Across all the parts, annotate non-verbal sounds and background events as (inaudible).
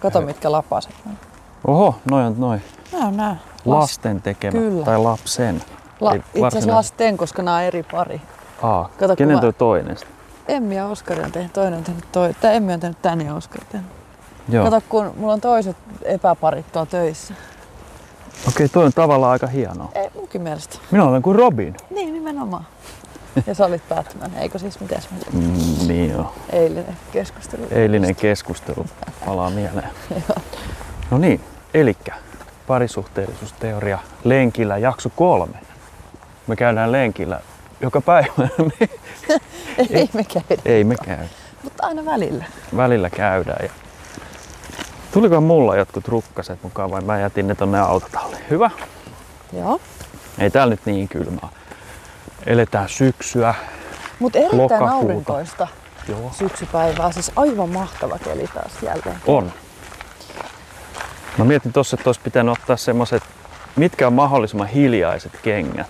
Kato mitkä lapaset on. Oho, noin on noin. Nää on nää. Lasten tekemä. Kyllä. Tai lapsen. La, Ei itse asiassa varsinainen- lasten, koska nämä on eri pari. Aa, Kato, kun kenen mä- toi toinen? sitten? Emmi ja Oskari on tehnyt, toinen on tehnyt toi, tai Emmi on tehnyt tän ja Oskari tehnyt. Joo. Okei, Kato, kun mulla on toiset epäparit tuolla töissä. toi on tavallaan aika hienoa. Ei munkin mielestä. Minä olen kuin Robin. Niin, nimenomaan. Ja sä olit Batman, eikö siis mitäs me Mm, niin joo. eilinen keskustelu. Eilinen keskustelu palaa mieleen. no niin, elikkä parisuhteellisuusteoria lenkillä jakso kolme. Me käydään lenkillä joka päivä. (laughs) Ei me käydä, (laughs) Ei me käy. mutta aina välillä. Välillä käydään. Ja... Tuliko mulla jotkut rukkaset mukaan vai mä jätin ne tonne autotalliin? Hyvä. Joo. Ei täällä nyt niin kylmää. Eletään syksyä. Mutta erittäin Lokakuuta. aurinkoista Joo. syksypäivää, siis aivan mahtava keli taas jälleen. On. Mä mietin tossa, että olisi pitänyt ottaa semmoset, mitkä on mahdollisimman hiljaiset kengät.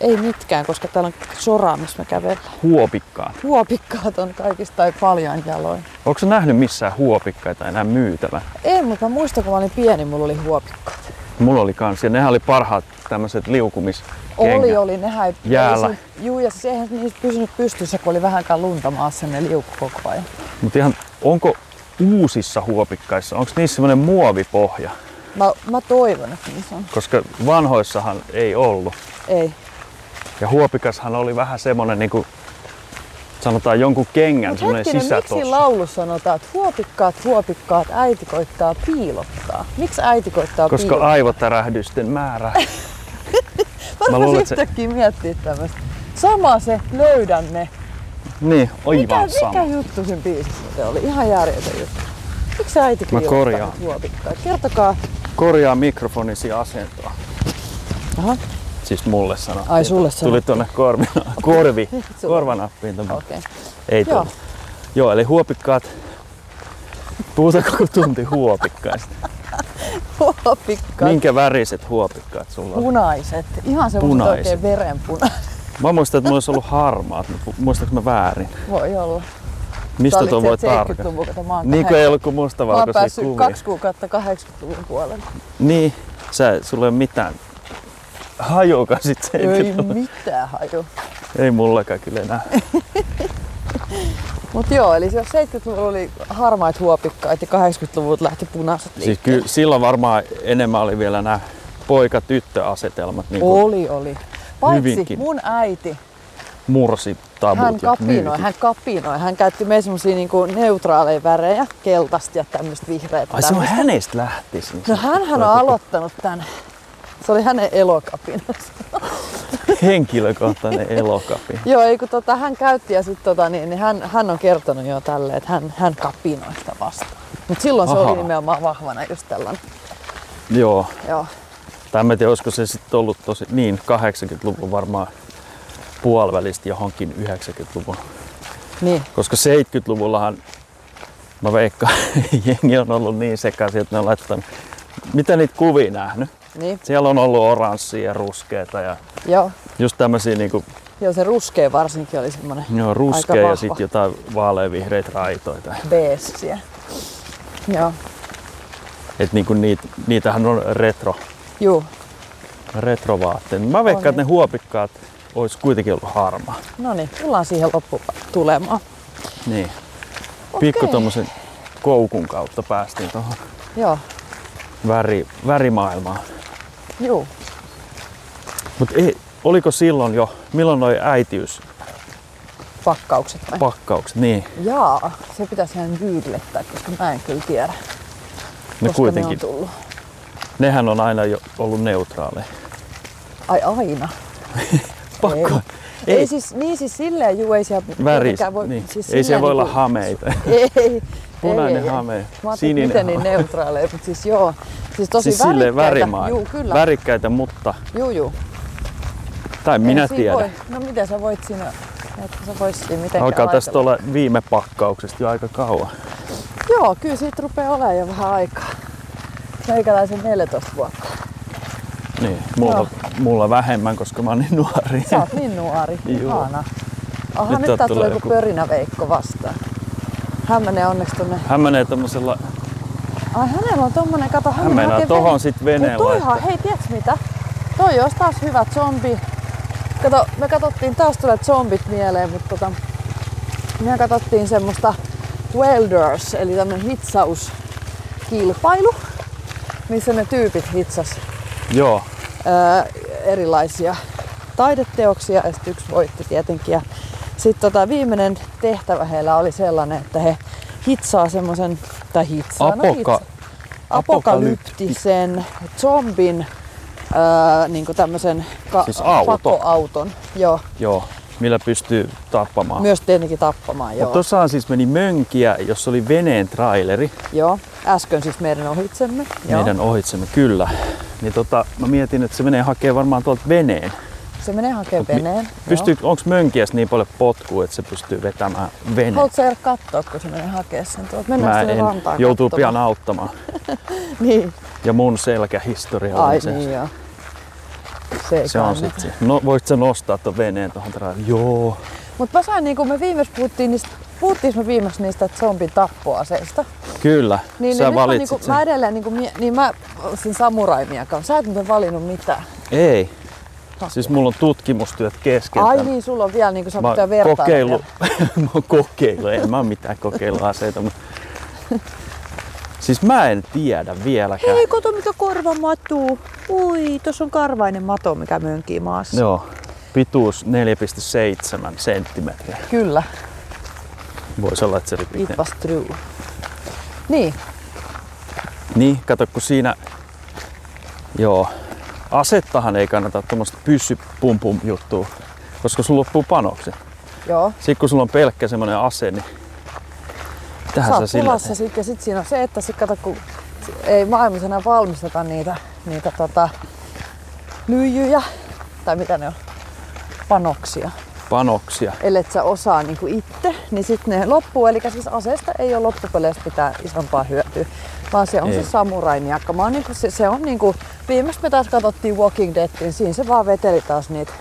Ei mitkään, koska täällä on soraa, missä me kävellään. Huopikkaat. Huopikkaat on kaikista tai paljan jaloin. Onko sä nähnyt missään huopikkaita enää myytävän? Ei, mutta mä muistan, kun mä olin pieni, mulla oli huopikkaat. Mulla oli kans, ja nehän oli parhaat tämmöiset liukumiskengät. Oli, oli, nehän ei... Jäällä. ei se- Juu, ja siis eihän niistä pysynyt pystyssä, kun oli vähänkään lunta maassa, ne liukku koko ajan. Mutta ihan, onko uusissa huopikkaissa, onko niissä semmoinen muovipohja? Mä, mä toivon, että niissä on. Koska vanhoissahan ei ollut. Ei. Ja huopikashan oli vähän semmoinen niinku, sanotaan jonkun kengän Mutta semmoinen hetkinen, miksi sisätossa. laulussa sanotaan, että huopikkaat, huopikkaat, äiti koittaa piilottaa? Miksi äiti koittaa Koska piilottaa? aivotärähdysten (laughs) määrä Mä luulen, luulen, että se- yhtäkkiä miettiä tämmöistä. Sama se, löydän ne. Niin, Mikä, aivan mikä sama. juttu sen biisissä se oli? Ihan järjetön juttu. Miksi äiti piilottaa korjaan. nyt huopikkaat? Kertokaa. Korjaa mikrofonisi asentoa. Aha, Siis mulle sanottiin. Ai, sulle Tuli tuonne korvi, (laughs) korvi, korvanappiin. Tämän. okei. (laughs) Okay. Ei Joo. tullut. Joo, eli huopikkaat. Puhutaan koko tunti huopikkaista. Huopikkaat. Minkä väriset huopikkaat sulla on? Punaiset. Ihan semmoiset Punaiset. oikein verenpunaiset. (laughs) Mä muistan, että mulla olisi ollut harmaat, mutta muistatko mä väärin? Voi olla. Mistä Tää tuo oli voi se 70-luvun, tarkata? kato, mä oon Niin kuin ei ollut kuin Mä oon mustavalkoisia päässyt kuvia. kaksi kuukautta 80-luvun puolelle. Niin, sä, sulla ei ole mitään hajuakaan sit se. Ei mitään haju. ei mullakaan kyllä enää. Mut joo, eli se 70-luvulla oli harmaat huopikkaat ja 80-luvut lähti punaiset Siis liikkeelle. kyllä silloin varmaan enemmän oli vielä nämä poika-tyttö-asetelmat, niin kuin Oli, oli. Paitsi Hyvinkin. mun äiti, mursi, tabut hän ja kapinoi, myytit. hän kapinoi. Hän käytti meidän semmosia niinku neutraaleja värejä, keltaista ja tämmöistä vihreätä. Ai se on tämmöstä. hänestä niin lähtisin. No hänhän on tuota aloittanut tän. Se oli hänen elokapinansa. (laughs) Henkilökohtainen elokapi. Joo, ei kun tota, hän käytti ja sit tota, niin, niin hän, hän on kertonut jo tälle, että hän, hän kapinoi sitä vastaan. Mut silloin se oli Ahaa. nimenomaan vahvana just tällainen. Joo. Joo. Tai mä en tiedä, olisiko se sitten ollut tosi, niin 80-luvun varmaan puolivälistä johonkin 90-luvun. Niin. Koska 70-luvullahan, mä veikkaan, (laughs) jengi on ollut niin sekaisin, että ne on laittanut, mitä niitä kuvia nähnyt. Niin, Siellä on ollut oranssia ja ruskeita ja joo. just tämmöisiä niinku Joo, se ruskea varsinkin oli semmoinen Joo, Aika ruskea vahva. ja sitten jotain vaaleanvihreitä raitoita. beessiä. Joo, Et niinku niit, niitähän on retro, juu. retrovaatteet. Mä veikkaan, että ne huopikkaat olisi kuitenkin ollut harmaa. No niin, tullaan siihen lopputulemaan. Niin. Okei. Pikku tommosen koukun kautta päästiin tuohon Joo, väri, värimaailmaan. juu. Mut ei, oliko silloin jo, milloin noi äitiyspakkaukset, Pakkaukset vai? niin Jaa, se pitäisi ihan googlettaa, koska mä en kyllä tiedä, ne koska No kuitenkin, ne on tullut. nehän on aina jo ollut neutraaleja. Ai aina. (laughs) Pakko. Ei. Ei. ei siis, niin siis silleen juu, ei siellä Väri, tietenkään niin. siis ei silleen siellä voi olla niinku- hameita. Ei, (laughs) ei, Punainen ei, ei. hame, Mä ajattelin, sininen miten niin hame. neutraaleja, mutta siis joo. Siis tosi siis silleen värimaa. Juu, kyllä. Väri... Värikkäitä, mutta... Juu, juu. Tai minä Ei siinä tiedän. Voi. No miten sä voit siinä, että sä voisit siinä mitenkään Alkaa tästä ajatella. olla viime pakkauksesta jo aika kauan. Joo, kyllä siitä rupeaa olemaan jo vähän aikaa. Meikäläisen 14 vuotta. Niin, mulla, Joo. mulla vähemmän, koska mä oon niin (laughs) nuori. Sä oot niin nuori. Juu. Ihana. Aha, nyt, Nyt nyt tää tää tulee tulee joku joku- pörinä Veikko vastaan. Hän menee onneksi tonne Hän menee tämmöisellä Ai hänellä on tommonen, kato, hän, Hän meinaa hakee tohon ven- sit veneen Mut toihan, laittaa. hei, tiedätkö mitä? Toi olisi taas hyvä zombi. Kato, me katsottiin, taas tulee zombit mieleen, mutta tota, me katsottiin semmoista welders, eli tämmönen hitsauskilpailu, missä ne tyypit hitsas Joo. ää, erilaisia taideteoksia ja sitten yksi voitti tietenkin. Ja sitten tota, viimeinen tehtävä heillä oli sellainen, että he hitsaa semmoisen, tai hitsaa, no, hitsa, Apoka- apokalyptisen zombin ää, niin tämmöisen ka- Siis auto. pakoauton. Joo, Joo, millä pystyy tappamaan. myös tietenkin tappamaan. Joo. Mutta tossahan siis meni mönkiä, jossa oli veneen traileri joo. Äsken siis meidän ohitsemme. Joo. meidän ohitsemme, kyllä. Niin tota, mä mietin, että se menee hakemaan varmaan tuolta veneen. joo. Se menee hakemaan mi- veneen. Pystyy, onko mönkiäs niin paljon potkua, että se pystyy vetämään veneen? Haluatko sä jäädä katsoa, kun se menee hakemaan sen tuolta? Mennään Mä sinne en, rantaan joutuu pian katsomaan. auttamaan. Niin. Ja mun selkähistoria Ai on se. niin joo. Se, ei Se on kannata. sit se. No voit sä nostaa ton veneen tuohon traileriin? Joo. Mut mä sain, niin kun me viimeis puhuttiin niistä, puhuttiinko me viimeis niistä zombin tappoaseista? Kyllä, Niin, sä niin nyt mä, valitsit niin kun, sen. mä edelleen, niin, kun, mie- niin mä olisin samuraimia kanssa. Sä et muuten valinnut mitään. Ei. Siis mulla on tutkimustyöt kesken. Ai täällä. niin, sulla on vielä niin kuin sä Mä pitää oon vertailla. kokeillut, (laughs) mä oon kokeillut, en mä oo mitään kokeiluaseita. (laughs) Mutta... Siis mä en tiedä vieläkään. Hei, kato mikä korva matuu. Ui, tuossa on karvainen mato, mikä mönkii maassa. Joo, pituus 4,7 senttimetriä. Kyllä, Voisi olla, että se oli it pitempi. was true. Niin, Niin, kato kun siinä... Joo, asettahan ei kannata tuommoista pyssy pum pum juttua, koska sulla loppuu panokset. joo. Sitten kun sulla on pelkkä semmonen ase, niin Sä tähän sä oot sillä pulassa sit, ja sit siinä on se, että sit kato, kun ei maailmassa enää valmisteta niitä, niitä tota, lyijyjä, tai mitä ne on, panoksia. teet panoksia. Ellet sä osaa niinku itse, niin sitten ne loppuu. Eli siis aseesta ei ole loppupeleistä mitään isompaa hyötyä, vaan se on Ei. se samuraimiakka. Mä oon niinku, se, se on niinku, viimeksi me taas katsottiin Walking Dead, niin siinä se vaan veteli taas niitä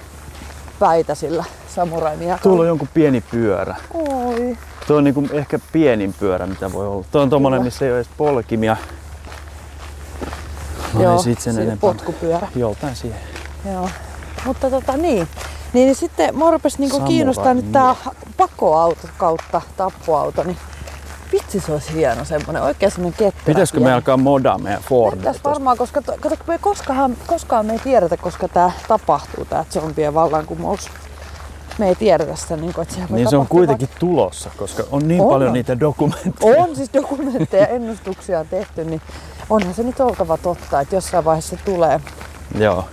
päitä sillä samuraimiakalla. Tuolla on jonkun pieni pyörä. Oi. Tuo on niinku ehkä pienin pyörä, mitä voi olla. Tuo on tommonen, Kyllä. missä ei ole edes polkimia. No Joo, ei siitä sen siinä enempää. potkupyörä. Joltain siihen. Joo. Mutta tota niin. Niin, niin sitten mua rupesi niinku Samurai, kiinnostaa nyt tää niin. pakoauto kautta tappoauto, niin vitsi se olisi hieno semmonen, oikein semmonen ketterä. Pitäisikö me pieni. alkaa modaa meidän Fordia? Pitäis varmaan, koska to- kato, kun me koskaan, koskaan me ei tiedetä, koska tää tapahtuu, tää zombien vallankumous. Me ei tiedetä sitä, niin kuin, että sehän voi Niin se on tapahtua kuitenkin tulossa, koska on niin On. paljon niitä dokumentteja. vaikka- On siis dokumentteja, ennustuksia on tehty, niin onhan se nyt oltava totta, että jossain vaiheessa se tulee. (laughs) Joo.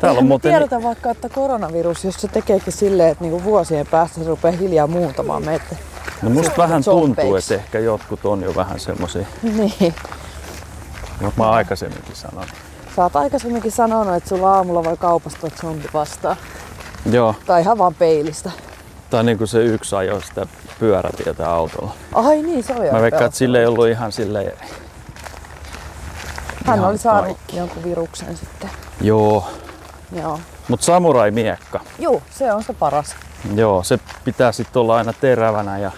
Täällä Eihän on me muuten... tiedetä vaikka, että koronavirus, jos se tekeekin silleen, että niinku vuosien päästä se rupeaa hiljaa muuntamaan meitä. No musta vähän tuntuu, zombeiksi. että ehkä jotkut on jo vähän semmosia. Niin. Mutta mä oon aikaisemminkin sanonut. Sä oot aikaisemminkin sanonut, että sulla aamulla voi kaupasta että zombi vastaan. Joo. Tai ihan vaan peilistä. Tai niinku se yksi ajoi sitä pyörätietä autolla. Ai niin, se oli Mä aika veikkaan, että sille ei ollut ihan silleen... Hän ihan oli saanut kaikki. jonkun viruksen sitten. Joo. Joo. Mut samurai miekka. Juu, se on se paras. Joo, se pitää sitten olla aina (laughs) terävänä ja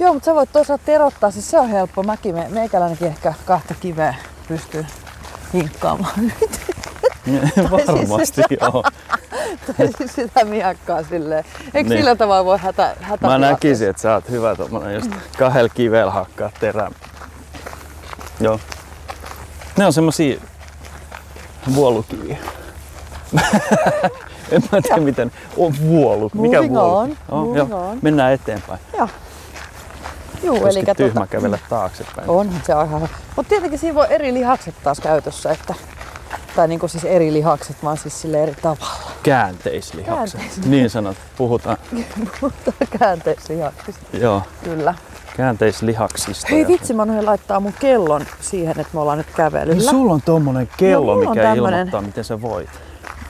Joo, mutta sä voit toisaalta terottaa, siis se on helppo. Mäkin, me, meikäläinenkin ehkä kahta kiveä pystyy hinkkaamaan. (laughs) siis varmasti joo. tai siis sitä miakkaa silleen. Eikö Niin. niin. sillä tavalla voi hätä, hätä Mä näkisin, että sä oot hyvä tommonen, just kahdella kivellä hakkaa terää. Joo. Ne on semmosia vuolukiviä. (laughs) en mä tiedä miten. On vuolu. Mikä Moving vuolu? on, moving joo. on. Mennään eteenpäin. Joo. Juu, eli Koska tyhmä tota, kävellä taaksepäin. onhan se ihan. Mutta tietenkin siinä voi eri lihakset taas käytössä, että tai niinku siis eri lihakset, vaan siis sille eri tavalla (laughs) Käänteislihaksi. Niin sanot, puhutaan. käänteislihaksista. Joo, Kyllä. käänteislihaksista. Hei ja- vitsi, mä noihin laittaa mun kellon siihen, että me ollaan nyt Niin kävelyllä. sulla on tommonen kello, No, mulla on mikä tämmönen. ilmoittaa, miten sä voit.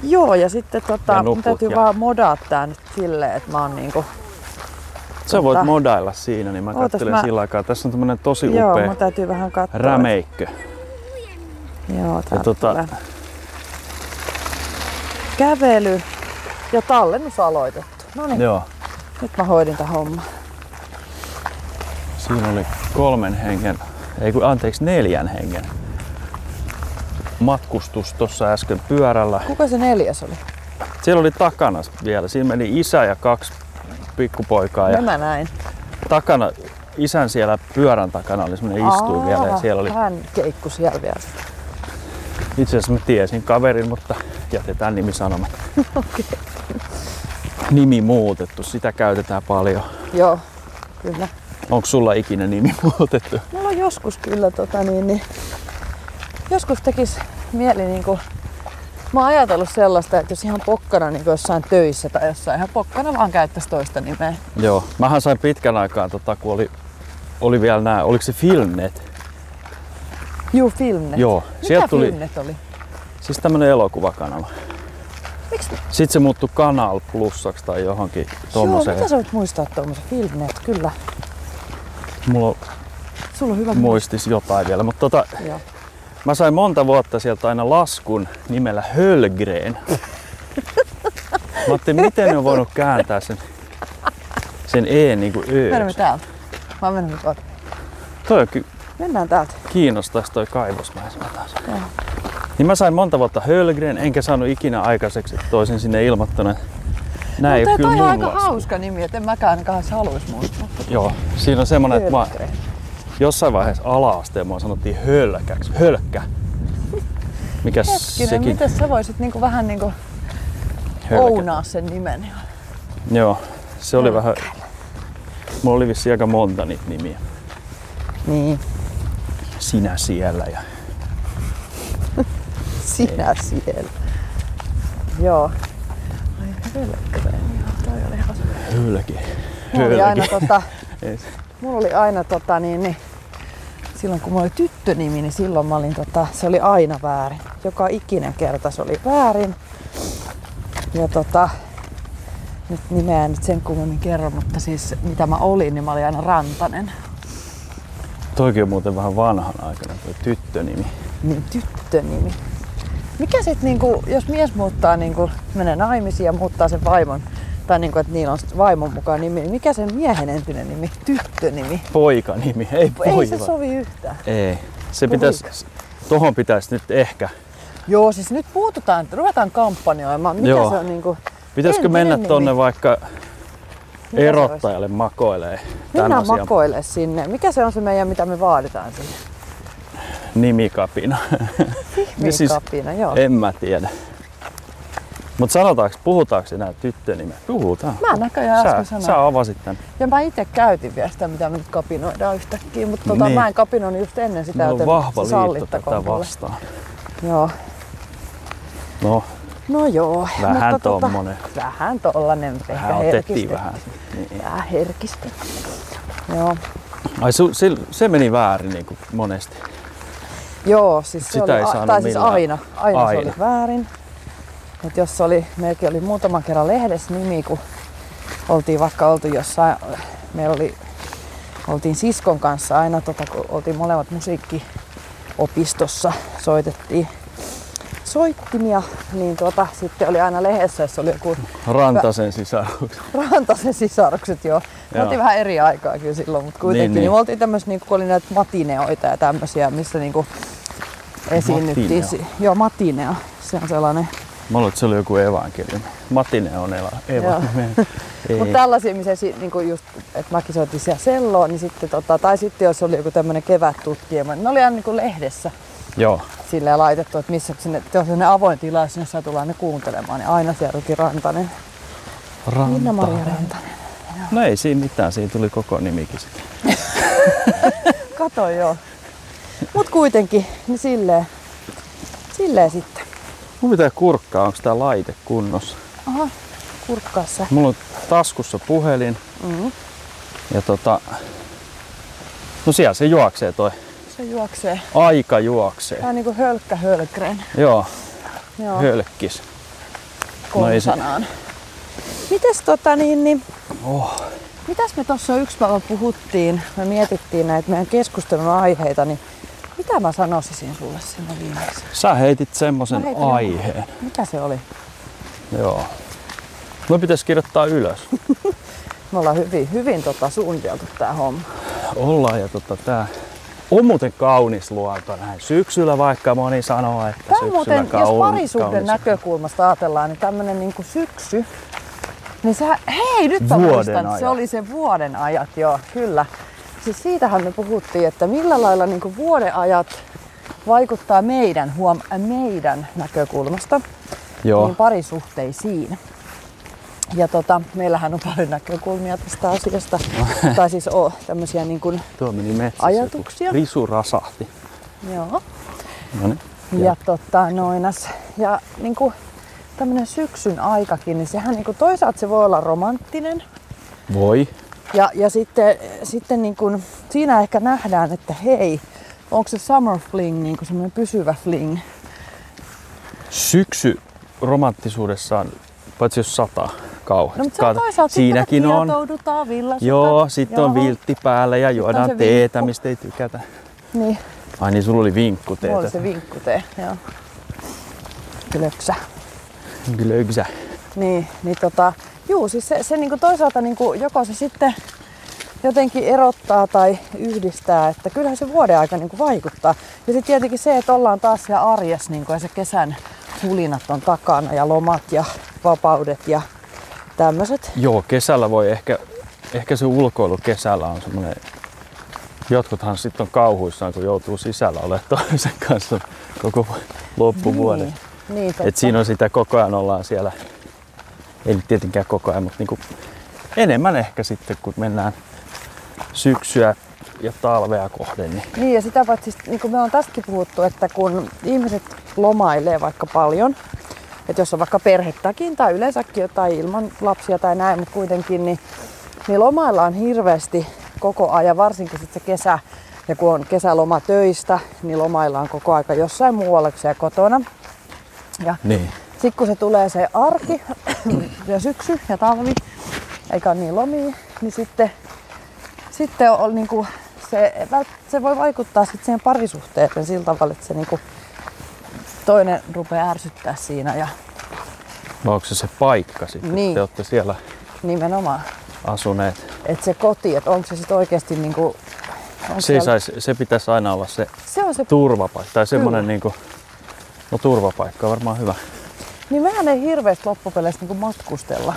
Joo, ja sitten Ja tota, nukut mun täytyy ja- vaan modaa tää nyt silleen, että mä oon niinku... Sä voit Tota. modailla siinä, niin mä Ootas, katselen mä- sillä aikaa. Tässä on tämmönen tosi Joo, Niin upea mun täytyy vähän katsoa. rämeikkö. et- Joo, Ja tää tota, tota... Kävely ja tallennus aloitettu. No niin, joo, nyt mä hoidin tän homman. siinä oli kolmen hengen ei kun anteeksi, neljän hengen matkustus tuossa äsken pyörällä. Kuka se neljäs oli? Siellä oli takana vielä, siinä meni isä ja kaksi pikkupoikaa. Ja Nämä näin. takana, isän siellä pyörän takana oli semmoinen istuin vielä ja Aa, siellä oli, Hän keikku siellä vielä. itse asiassa mä tiesin kaverin, mutta jätetään nimi (laughs) sanomatta. Nimi muutettu, sitä käytetään paljon. Joo, kyllä. Onko sulla ikinä niin nimi muutettu? Mulla on joskus kyllä tota niin, niin joskus tekis mieli niinku, mä oon ajatellut sellaista, että jos ihan pokkana niin jossain töissä tai jossain ihan pokkana vaan käyttäisi toista nimeä. Joo, mähän sain pitkän aikaa, tota, kun oli, oli vielä nämä, oliko se Filmnet? Juu, Filmnet. Joo, Mikä sieltä tuli Filmnet oli? siis tämmönen elokuvakanava. Miksi? Sitten se muuttui Kanal Plusaksi tai johonkin Joo, tommoseen. mitä sä voit muistaa tuommoisen Filmnet? Kyllä. Mulla on Sulla on hyvä muistis jotain vielä, mutta tota, muisti. Joo. mä sain monta vuotta sieltä aina laskun nimellä Hölgren. mä ajattelin, miten ne on voinut kääntää sen, sen E niin kuin Ö. Mennään me täältä. Mä menen nyt tuolta. Toi on ky- Mennään täältä. kiinnostaisi toi kaivosmäessä mä taas. Niin mä sain monta vuotta Hölgren, enkä saanut ikinä aikaiseksi, että toisin sinne ilmoittuna. Näin ei Mutta ole kyllä toi on mun aika lasku. hauska nimi, että en mäkään ainakaan se haluaisi muistaa. Joo, siinä on semmonen, että mä Hölgren. jossain vaiheessa ala-asteen mua sanottiin hölkäksi, hölkkä. Mikä Hetkinen, sekin miten sä voisit niinku vähän niinku hölkä. ounaa sen nimen? Joo, se oli vähän... Mulla oli vissiin aika monta niitä nimiä. Niin. Sinä siellä ja... Sinä siellä. Joo. Ai helkkinen, joo, toi oli ihan Hölki. Mulla oli aina Hölki. tota, Ei se- mulla oli aina tota niin, niin, silloin kun mulla oli tyttönimi, niin silloin mä olin tota, se oli aina väärin. Joka ikinen kerta se oli väärin. Ja tota, nyt nimeä en nyt sen kummemmin kerro, mutta siis mitä mä olin, niin mä olin aina Rantanen. Toikin on muuten vähän vanhan aikana toi tyttönimi. Niin tyttönimi. Mikä sitten, niinku, jos mies muuttaa, niinku, menee naimisiin ja muuttaa sen vaimon, tai niinku, että niillä on sit vaimon mukaan nimi, niin mikä sen miehen entinen nimi? Tyttönimi. Poikanimi, ei poika. Ei se sovi yhtään. Ei. Se Poika. pitäis, tohon pitäisi nyt ehkä. Joo, siis nyt puututaan, ruvetaan kampanjoimaan. Mikä Joo. se on niinku... Pitäisikö Entinen mennä nimi. tonne vaikka Mitä se erottajalle makoilee tämän Mennään asian No makoille sinne. Mikä se on se meidän, mitä me vaaditaan sinne? nimikapina? (laughs) Niin siis- Kapina, joo. en mä tiedä. Mutta sanotaanko, puhutaanko enää tyttönimeä? Puhutaan. Mä näköjään äsken sä, sanoin. sä avasit tän. Ja mä itse käytin vielä sitä, mitä me nyt kapinoidaan yhtäkkiä, mutta tota, Niin. mä en kapinoin just ennen sitä, Mulla on joten vahva se liitto tätä sallittakoon mulle. vastaan. Joo. No, No joo. Vähän mutta tommonen. Tota, vähän tollanen, mutta vähän ehkä otettiin herkistetty. vähän. Niin. Vähän herkistetty. Joo. Ai su, se, se meni väärin niin kuin monesti. Joo, siis se Sitä oli, ei a- saanut tai siis millään. aina, aina, aina, se Aina. oli väärin. Et jos se oli, meilläkin oli muutaman kerran lehdessä nimi, kun oltiin vaikka oltu jossain, meillä oli, oltiin siskon kanssa aina, tota, kun oltiin molemmat musiikkiopistossa, soitettiin soittimia, niin tuota, sitten oli aina lehdessä, jos oli joku Rantasen sisaruksen. Rantasen sisarukset, joo. Me Joo. oltiin vähän eri aikaa kyllä silloin, mutta kuitenkin. Niin, niin. Niin, niin. me oltiin tämmöisiä, niin kun oli näitä matineoita ja tämmöisiä, missä niinku esiinnyttiin. Matineo. si- Joo, matineo. Se on sellainen. Mä luulen, että se oli joku evankeliumi. Matine on ela, evankeliumi. (laughs) Mutta tällaisia, missä si- niinku just, että mäkin soitin siellä selloa, niin sitten tota, tai sitten jos oli joku tämmöinen kevättutkiema, niin ne oli aina niinku lehdessä Joo. silleen laitettu, että missä sinne, jos on ne avoin tila, sinne saa tulla ne kuuntelemaan, niin aina siellä luki Rantanen. Minna Ranta. Maria Rantanen. No ei siinä mitään, siinä tuli koko nimikin sitten. Kato joo. Mut kuitenkin, niin silleen, silleen sitten. Mun pitää kurkkaa, onko tää laite kunnossa. Aha, kurkkaa sä. Mulla on taskussa puhelin. Mm. Ja tota... No siellä se juoksee toi. Se juoksee. Aika juoksee. Vähän niinku hölkkä hölkreen. Joo, Joo, hölkkis. no ei se- konsanaan. Mites tota niin, niin Oh. mitäs me tuossa yksi päivä puhuttiin, me mietittiin näitä meidän keskustelun aiheita, niin mitä mä sanoisin sulle silloin viimeksi? Sä heitit semmosen Mä heitin jonkun. aiheen. Mitä se oli? Joo. No pitäisi kirjoittaa ylös. Me ollaan hyvin, hyvin tota suunniteltu tää homma. Ollaan ja tota tää On muuten kaunis luonto näin syksyllä, vaikka moni sanoo, että Tämä on syksyllä muuten, jos kauni- parisuuden kaunis- näkökulmasta ajatellaan, niin tämmöinen niin syksy, niin sä, hei nyt mä Vuoden muistan, ajat. se oli se vuoden ajat, joo, kyllä. Siis siitähän me puhuttiin, että millä lailla niin kuin vuoden ajat vaikuttaa meidän, huom, äh, meidän näkökulmasta Joo. niin parisuhteisiin. Ja tota, meillähän on paljon näkökulmia tästä (laughs) asiasta, tai siis on tämmöisiä niin kuin, Tuo meni metsässä. Ajatuksia? joku Risu rasahti. joo, No niin. Ja tota, noinas. Ja niin kuin, tämmönen syksyn aikakin, niin sehän niin kuin, toisaalta se voi olla romanttinen. Voi. Ja, ja sitten, sitten niin kuin, siinä ehkä nähdään, että hei, onko se summer fling niin kuin semmoinen pysyvä fling. Syksy romanttisuudessaan, paitsi jos sataa kauheasti. No, mutta se on Kato, toisaalta Siinäkin sitten, on. että kietoudutaan villasukat. Joo, sitten on Joo. viltti päällä ja juodaan se teetä, vinkku. mistä ei tykätä. Niin, Ai niin, sulla oli vinkku mulla oli teetä. se vinkku tee. Joo. Löksä. Kyllä yksä. Niin, niin tota, juu, siis se, se niinku toisaalta niinku joko se sitten jotenkin erottaa tai yhdistää, että kyllähän se vuoden aika niinku vaikuttaa. Ja sitten tietenkin se, että ollaan taas siellä arjessa niinku, ja se kesän hulinat on takana ja lomat ja vapaudet ja tämmöiset. Joo, kesällä voi ehkä, ehkä se ulkoilu kesällä on semmoinen, jotkuthan sitten on kauhuissaan, kun joutuu sisällä olemaan toisen kanssa koko loppuvuoden. Niin, niin Et siinä on sitä koko ajan ollaan siellä, ei nyt tietenkään koko ajan, mutta niinku enemmän ehkä sitten kun mennään syksyä ja talvea kohden. Niin. Niin ja sitä paitsi, siis, niin kuin me on tästäkin puhuttu, että kun ihmiset lomailee vaikka paljon, että jos on vaikka perhettäkin tai yleensäkin jotain ilman lapsia tai näin, mutta kuitenkin, niin, niin lomaillaan hirveästi koko ajan, varsinkin sitten se kesä. Ja kun on kesäloma töistä, niin lomaillaan koko aika jossain muualla kuin siellä kotona. Ja niin. sitten kun se tulee se arki ja syksy ja talvi, eikä ole niin lomia, niin sitten, sitten on niinku se, vält- se voi vaikuttaa sitten siihen parisuhteeseen sillä tavalla, että se niinku toinen rupeaa ärsyttää siinä ja Vai onko No, se se paikka sitten, Niin. niin. te olette siellä nimenomaan, asuneet. että se koti, että onko se sitten oikeasti niinku, onko Se, ei siellä- sais, se pitäisi aina olla se se on se, turvapaikka tai semmoinen niinku, no turvapaikka on varmaan hyvä. niin mehän ei hirveästi loppupeleissä niinku matkustella.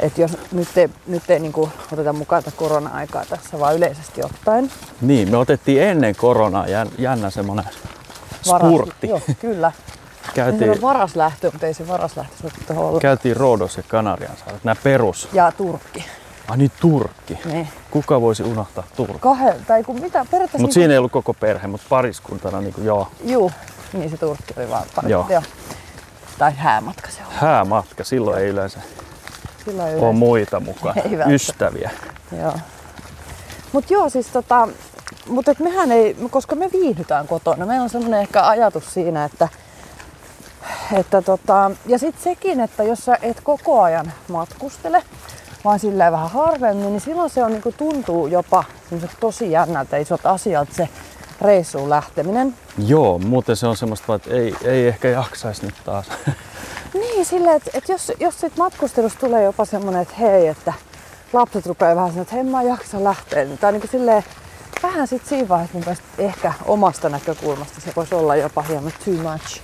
Et jos nyt ei, nyt ei niinku oteta mukaan tätä korona-aikaa tässä, vaan yleisesti ottaen. Niin, me otettiin ennen koronaa jän- jännä semmoinen spurtti. Joo, kyllä. Käytiin, Niin. varas lähtö, mutta ei se varas lähtö se tuohon olla. käytiin Roodos ja Kanarian saaret, nämä perus. Ja Turkki. Ah niin, Turkki. Niin. Kuka voisi unohtaa Turkki? Kahden, tai kun mitä, periaatteessa... niin Mutta siinä ei ollut koko perhe, mutta pariskuntana niin kuin, joo, Juu, niin se Turkki oli vaan pari. Joo. Joo. Tai häämatka se on. häämatka. Silloin ei yleensä Silloin ole yleensä. muita mukaan, Ei välttämättä. ystäviä. Joo. Mut joo, siis tota, mut et mehän ei, koska me viihdytään kotona, meillä on semmoinen ehkä ajatus siinä, että, että tota, ja sitten sekin, että jos sä et koko ajan matkustele, vaan sillä vähän harvemmin, niin silloin se on, niinku, tuntuu jopa semmoiset tosi jännältä isot asiat se reissuun lähteminen. Joo, muuten se on semmoista, vaan, että ei, ei ehkä jaksaisi nyt taas. (laughs) Niin, silleen, että, että jos, jos sit matkustelusta tulee jopa semmoinen, että hei, että lapset rupeaa vähän sanoa, että hei, mä en jaksa lähteä. nyt. Tai niin kuin silleen, vähän sit siinä vaiheessa mun mielestä ehkä omasta näkökulmasta se voisi olla jopa hieman too much.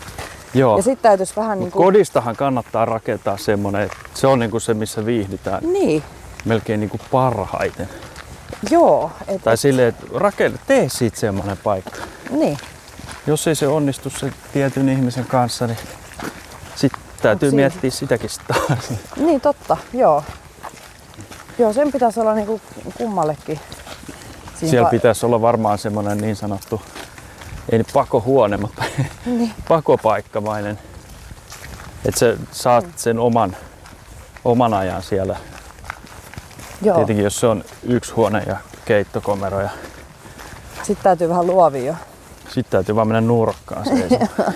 joo. Ja sitten täytyisi vähän niin Mut kuin... kodistahan kannattaa rakentaa semmoinen, että se on niinku se, missä viihdytään Niin, melkein niinku parhaiten. joo. Et, Tai silleen, että rakenne, tee siitä semmoinen paikka. niin. Jos ei se onnistu sen tietyn ihmisen kanssa, niin sitten täytyy siinä- miettiä sitäkin taas. niin, totta, joo. Joo, sen pitäisi olla niin kuin kummallekin. Siinä Siellä va- pitäisi olla varmaan semmoinen niin sanottu, ei nyt pakohuone, mutta niin. pakopaikkamainen. Että sä saat sen oman, oman ajan siellä. joo. Tietenkin jos se on yksi huone ja keittokomero ja Sitten täytyy vähän luovia jo. sitten täytyy vaan mennä nurkkaan seisomaan.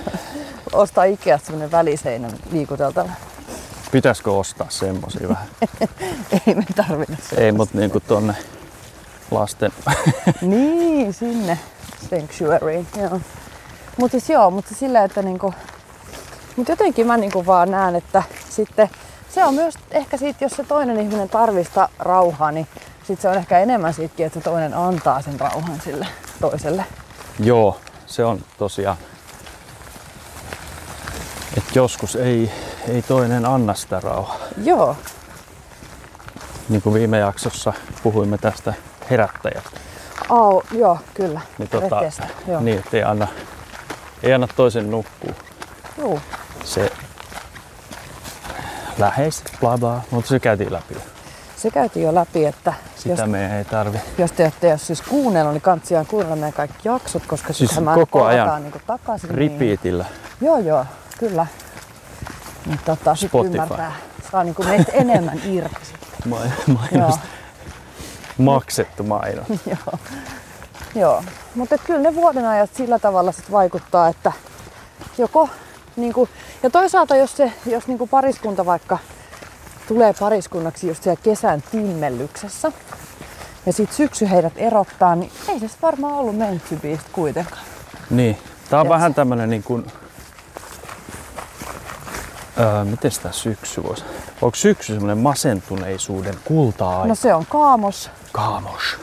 Ostaa Ikeasta semmoinen väliseinä liikuteltava. Pitäisikö ostaa semmosia vähän? Ei me tarvinnut ei, mutta niinku tonne lasten. (laughs) Niin, sinne sanctuaryin, joo. Mutta siis joo, mutta sillä, että niinku, mut jotenkin mä niinku vaan näen, että sitten se on myös ehkä siitä, jos se toinen ihminen tarvista rauhaa, niin Sitten se on ehkä enemmän siitäkin, että se toinen antaa sen rauhan sille toiselle. Joo, se on tosiaan. Et joskus ei, ei toinen anna sitä rauhaa. Joo, Niin kuin viime jaksossa puhuimme tästä herättäjästä. Au, joo, kyllä. Niin, tota, Rekestä, joo. niin ettei anna, ei anna toisen nukkua. Juu. Se läheis, bla bla, mutta se käytiin läpi. Se käytiin jo läpi, että jos, Sitä meidän ei tarvi. jos te ette ole siis kuunnellut, niin kantsiaan kuunnella meidän kaikki jaksot, koska Siis sittenhän koko palataan ajan. Niin takaisin. Niin, Repeatillä. joo, joo, kyllä. Niin tota, sit Spotify. ymmärtää. Saa niin kuin meitä enemmän irti. (laughs) sitten. Ma- mainos. Niin. joo, Maksettu mainos. joo. joo. Mutta kyllä ne vuodenajat sillä tavalla sit vaikuttaa, että joko niin kuin, ja toisaalta jos, se, jos niin kuin pariskunta vaikka tulee pariskunnaksi just siellä kesän tymmellyksessä, ja sitten syksy heidät erottaa, niin ei se sit varmaan ollut meant to be sit kuitenkaan. Niin. Tää on Tiedätkö? vähän tämmönen niin kuin... Öö, miten sitä syksy voisi... Onko syksy semmonen masentuneisuuden kulta-aika? No se on kaamos. (laughs) Kaamos.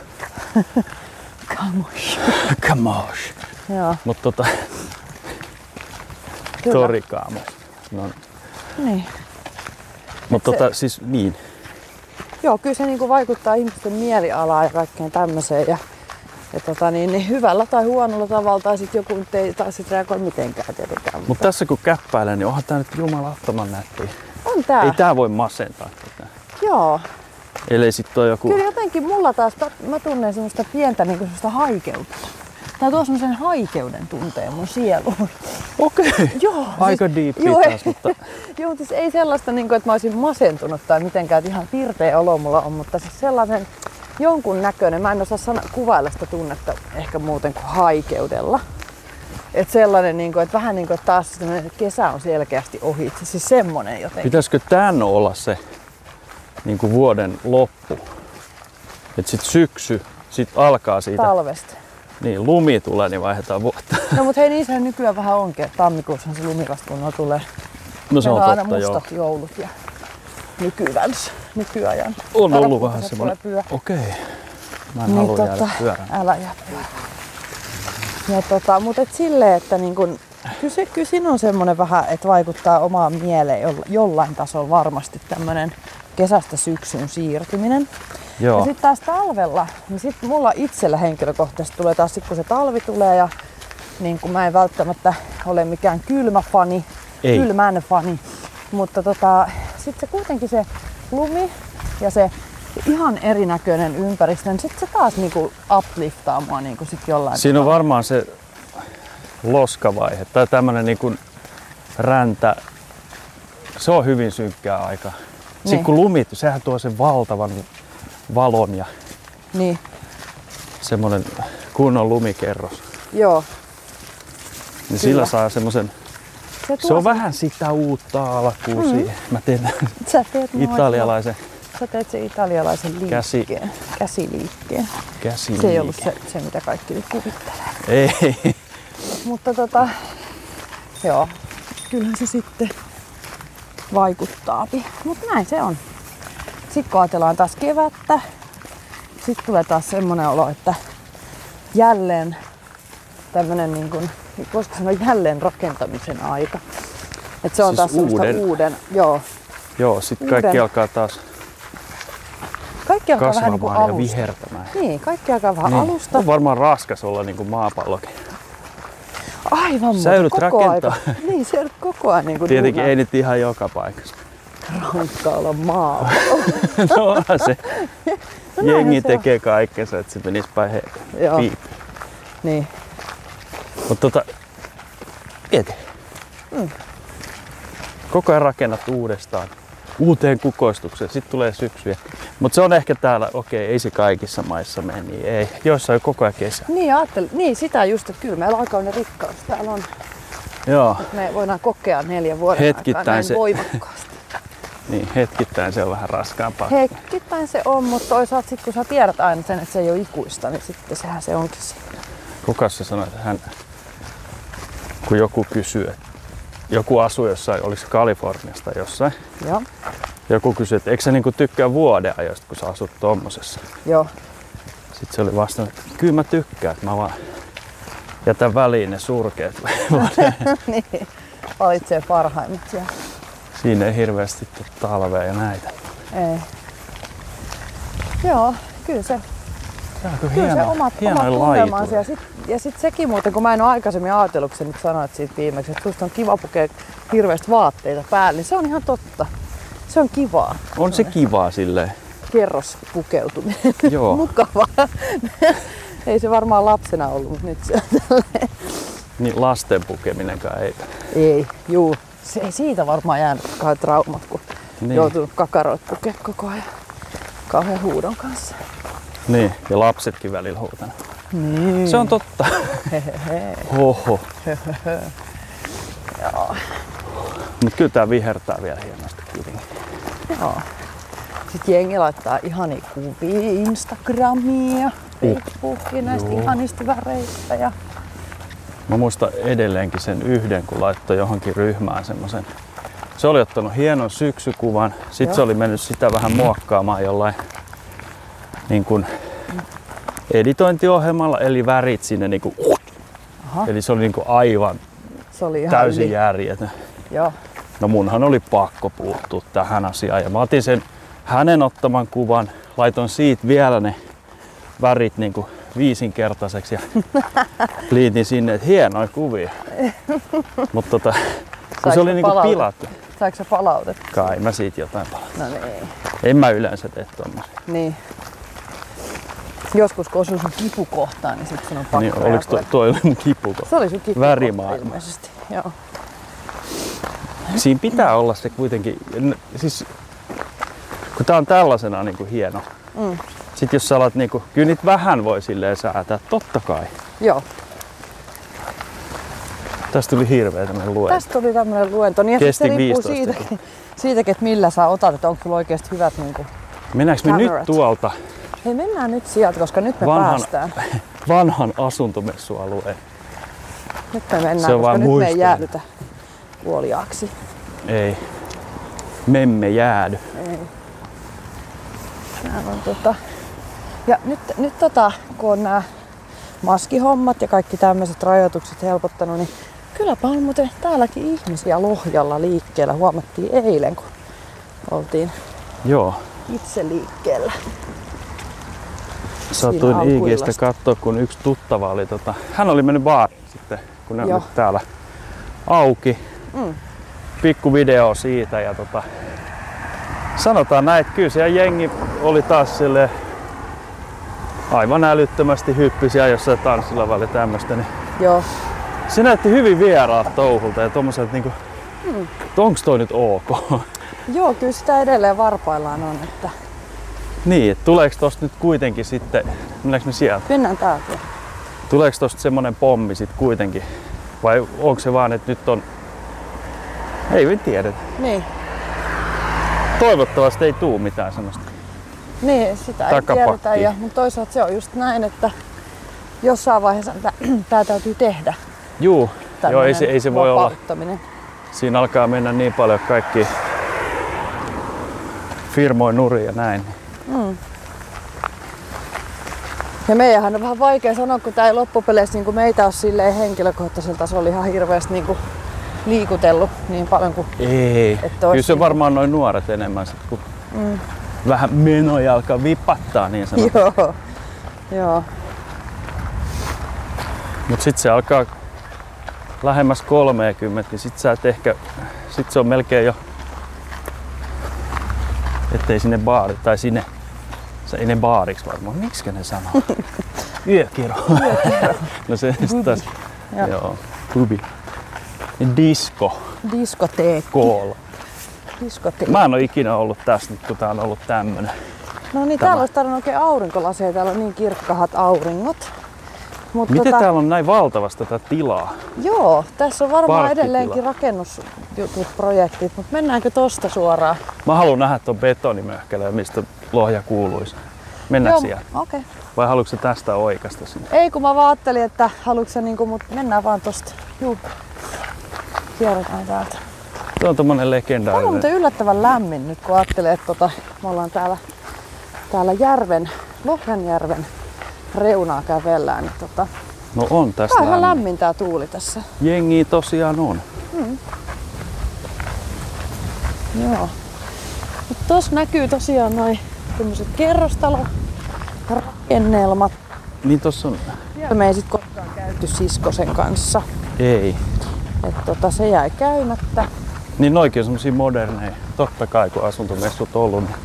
Kaamos. Kaamos. Joo, Mut tota, kyllä. sori kaamos. No, Niin. mut tota, siis niin. Joo, kyllä se niin kuin vaikuttaa ihmisten mielialaan ja kaikkeen tämmöiseen. Ja, ja tota niin, niin hyvällä tai huonolla tavalla, tai sitten joku nyt ei taas sit reagoi mitenkään tietenkään. Mut tässä kun käppäilen, niin onhan tää nyt jumalattoman nätti. on tää. Ei tää voi masentaa tätä. Joo. Ellei sit toi joku... Kyllä jotenkin mulla taas, mä- mä tunnen semmoista pientä niin semmoista haikeutta. Tää tuo semmoisen haikeuden tunteen mun sieluun. Okei. Joo. siis Aika deep joo, taas, ei- mutta (laughs) Joo, siis ei sellaista, niin kuin, että mä olisin masentunut tai mitenkään, että ihan pirteä olo mulla on, mutta siis sellainen jonkun näköinen, mä en osaa sana, kuvailla sitä tunnetta ehkä muuten kuin haikeudella. Että sellainen, niin kuin, että vähän niin kuin, että taas semmoinen kesä on selkeästi ohitse, siis semmoinen jotenkin. Pitäisikö tän olla se niin kuin vuoden loppu? Et sit syksy, sit alkaa siitä, Talvesta. niin lumi tulee, niin vaihdetaan vuotta. (laughs) No mut hei, niin sehän nykyään vähän onkin, että tammikuussahan se lumikaskunnolla tulee. No se Meillä on aina totta, joo. mustat joulut ja nykyväns, nykyajan. On Aina ollut kun vähän se semmoinen, tulee pyö. okei. Mä en Niin halua jäädä tota, pyörään. älä jää pyörään. Ja tota, mut et silleen, että niin kun, kyllä, se, kyllä siinä on semmoinen vähän, että vaikuttaa omaan mieleen joll- jollain tasolla varmasti tämmöinen kesästä syksyyn siirtyminen. Ja Joo, sitten taas talvella, niin sit mulla itsellä henkilökohtaisesti tulee taas sit kun se talvi tulee ja niin kun mä en välttämättä ole mikään kylmä fani, Ei. kylmän fani, mutta tota, sitten se kuitenkin se lumi ja se ihan erinäköinen ympäristö, niin sitten se taas niinku upliftaa mua niinku sit jollain. siinä on varmaan se loskavaihe tai tämmönen niin kuin räntä. Se on hyvin synkkää aika. Sitten Niin. kun lumi, sehän tuo sen valtavan valon ja Niin, semmonen kunnon lumikerros. joo. Niin sillä Kyllä. saa semmoisen Se, Se on vähän... vähän sitä uutta alkuun mm. Mm-hmm. siihen. Mä teen Sä teet, nuo- italialaisen sä teet sen italialaisen Käsi- liikkeen. Käsiliikkeen. käsin. Se ei ollut se, se mitä kaikki nyt kuvittelee. Ei. (laughs) Mutta tota, joo, kyllä se sitten vaikuttaa. Mutta näin se on. Sitten kun ajatellaan taas kevättä, sitten tulee taas semmoinen olo, että jälleen tämmöinen niin kuin, voisiko sanoa jälleen rakentamisen aika. Et se on Siis taas semmoista uuden. uuden. Joo. Joo, sit kaikki Uuden. alkaa taas Kaikki alkaa vähän niin kuin kasvamaan ja alusta. vihertämään. Niin, kaikki alkaa vähän niin. Niin. alusta. On varmaan raskas olla niinku maapallokin. Aivan muuten, Sä joudut koko rakentaa. aika. Niin, se joudut koko ajan niin kuin Tietenkin ei nyt ihan joka paikassa. (laughs) rankkaa olla maa. No onhan se. näinhän No, Jengi se on. tekee kaikkensa, että se menisi päin he... Joo. piippiin. Niin. Mutta tota, mieti. Mm. Koko ajan rakennat uudestaan uuteen kukoistukseen. Sitten tulee syksyä. Mutta se on ehkä täällä, okei, ei se kaikissa maissa mene niin. Ei, joissain on koko ajan kesä. Niin, ajattelin. Niin, sitä just, että kyllä meillä aikainen rikkaus täällä on. Joo, Me voidaan kokea neljän vuoden Hetkittäin aikaa näin se- voimakkaasti. niin hetkittäin se on vähän raskaampaa. Hetkittäin se on, mutta toisaalta sitten kun sä tiedät aina sen, että se ei ole ikuista, niin sitten sehän se onkin se. Kuka se sanoi, että hän, kun joku kysyy, että joku asuu jossain, oliko se Kaliforniasta jossain, Joo. Joku kysyi, että eikö sä niinku tykkää vuodeajoista, kun sä asut tommosessa. Joo. Sitten se oli vastannut, että kyllä mä tykkään, että mä vaan jätän väliin ne surkeet. (laughs) vuodeajat." niin. Valitsee parhaimmat siellä. Siinä ei hirveästi tuu talvea ja näitä. Ei. eh. Joo, kyllä se, Tää on kyllä kyllä se hieno, omat, omat hienoja tunnelmansa. Ja laituja. sitten ja sit sekin muuten, kun mä en ole aikaisemmin ajatellut, kun sä nyt sanoit siitä viimeksi, että susta on kiva pukea hirveästi vaatteita päälle, niin se on ihan totta. Se on kivaa. On se kivaa silleen. (laughs) Kerrospukeutuminen. Joo, Mukavaa. Ei se varmaan lapsena ollut, mutta nyt se niin lasten pukeminenkaan ei. Ei, juu. Se ei siitä varmaan jäänyt kai traumat, kun Niin. niin. joutunut kakaroit pukea koko ajan kauhean huudon kanssa. Niin, ja lapsetkin välillä huutana. Niin. Se on totta. Hoho. Mut kyllä tää vihertää vielä hienosti kuitenkin. Joo. Sitten jengi laittaa ihania kuvia Instagramiin ja Facebookiin näistä Joo. ihanista väreistä. Ja... Mä muistan edelleenkin sen yhden, kun laittoi johonkin ryhmään semmoisen. Se oli ottanut hienon syksykuvan, sitten Joo. se oli mennyt sitä vähän muokkaamaan jollain niin kuin editointiohjelmalla, eli värit sinne niin kuin, Aha. Eli se oli niin kuin aivan Se oli ihan täysin yli. järjetön. Joo. No munhan oli pakko puuttua tähän asiaan ja mä otin sen hänen ottaman kuvan, laitoin siitä vielä ne värit niin kuin (laughs) viisinkertaiseksi ja liitin sinne, että hienoja kuvia. Mutta tota, kun se Saiko oli niinku palautetta? pilattu. Saiko sä palautetta? Kai mä siitä jotain palautetta. No niin. En mä yleensä tee tuommoista. niin. Joskus kun osuu sun kipukohtaan, niin sit sun on pakko Niin, oliko toi, reagoida. toi oli mun kipuko? Se oli sun värimaailma? kipukohta ilmeisesti. Joo. Siinä pitää olla se kuitenkin, n- siis kun tää on tällaisena niinku hieno. Mm. Sitten jos sä alat niinku, kyllä niitä vähän voi silleen säätää, totta kai. Joo. Tästä tuli hirveä tämmönen luento. Tästä tuli tämmöinen luento, niin ja sit Kesti se riippuu 15 siitäkin, (laughs) siitäkin, että millä sä otat, että onko sulla oikeasti hyvät niin kuin. Mennäänkö me nyt Camerat. tuolta Hei, mennään nyt sieltä, koska nyt me Vanhan- päästään. vanhan asuntomessualueen? Nyt me mennään, Se koska on vaan nyt me ei muistoja. jäädytä kuoliaaksi. Ei. Me emme jäädy. Täällä on tota... Ja nyt, nyt tota, kun on nämä maskihommat ja kaikki tämmöiset rajoitukset helpottanut, niin kylläpä on muuten täälläkin ihmisiä Lohjalla liikkeellä. Huomattiin eilen, kun oltiin Joo. itse liikkeellä. Satuin IGstä alkuillasta. katsoa, kun yksi tuttava oli tota, hän oli mennyt baariin sitten, kun ne on Joo. nyt täällä auki. Mm. Pikku video siitä ja tota, sanotaan näin, että kyllä siellä jengi oli taas sille aivan älyttömästi hyppisiä jossain tanssilla välillä tämmöistä, niin Joo, se näytti hyvin vieraalta touhulta ja tommoselta niinku, että onks toi nyt ok? (laughs) Joo, kyllä sitä edelleen varpaillaan on, että Niin, että tuleeko tosta nyt kuitenkin sitten, mennäänkö me sieltä, mennään täältä. tuleeko tosta semmonen pommi sitten kuitenkin? Vai onko se vaan, että nyt on, ei me tiedetä. Niin, Toivottavasti ei tuu mitään semmoista. niin sitä ei Takapakki. tiedetä. Ja, mutta toisaalta se on just näin, että jossain vaiheessa (clears throat) tämä täytyy tehdä. Juu, joo ei se, tämmönen ei se voi olla. vapauttaminen. Siinä alkaa mennä niin paljon kaikki firmoin nurin ja näin. Ja meidänhän on vähän vaikea sanoa, kun tämä ei loppupeleissä niin kuin meitä ole silleen henkilökohtaisella tasolla ihan hirveästi niin kuin liikutellut niin paljon kuin... (laughs) Ei. Että Mm. Kyllä olisi se niinku- varmaan noin nuoret enemmän sit, kun vähän menoja alkaa vipattaa niin sanotusti. Joo. Joo. Mutta sitten se alkaa lähemmäs 30, niin sitten sä et ehkä, sit se on melkein jo, ettei sinne baari, tai sinne, se ei ne baariksi varmaan, miksi (laughs) ne sanoo? Yökerho. no se sit taas, Joo. joo, klubi. Disko, Diskoteekki. kool. Diskoteekki. Mä en ole ikinä ollut tässä nyt, kun tää on ollut tämmönen. No niin, Tämä. täällä olisi tarvinnut oikein aurinkolaseja. Täällä on niin kirkkahat auringot. Mut Miten täällä on näin valtavasti tätä tilaa? Joo, tässä on varmaan Parkkitila. edelleenkin rakennusjutut, projektit, mutta mennäänkö tosta suoraan? Mä haluan nähdä ton betonimöhkälön, mistä lohja kuuluisi. Mennään siellä. okei. Okay. Vai haluatko sä tästä oikasta sinne? Ei kun mä vaan ajattelin, että haluatko sä niinku, mut mennään vaan tosta. Juu. Kierretään täältä. Tämä on tommonen Tämä on legendaarinen. muuten yllättävän lämmin nyt, kun ajattelee, että tota, me ollaan täällä, täällä järven, Lohdenjärven reunaa kävellään. Niin tota, No on tää tässä on ihan lämmin. lämmin tää tuuli tässä. Jengi tosiaan on. Joo. Mut tos näkyy tosiaan noin tämmöiset kerrostalorakennelmat. Niin tossa on... Siellä me ei sit koskaan käyty siskosen kanssa. Ei. Et tota, se jäi käymättä. Niin noikin on semmosia moderneja. Totta kai kun asuntomessut on ollut, niin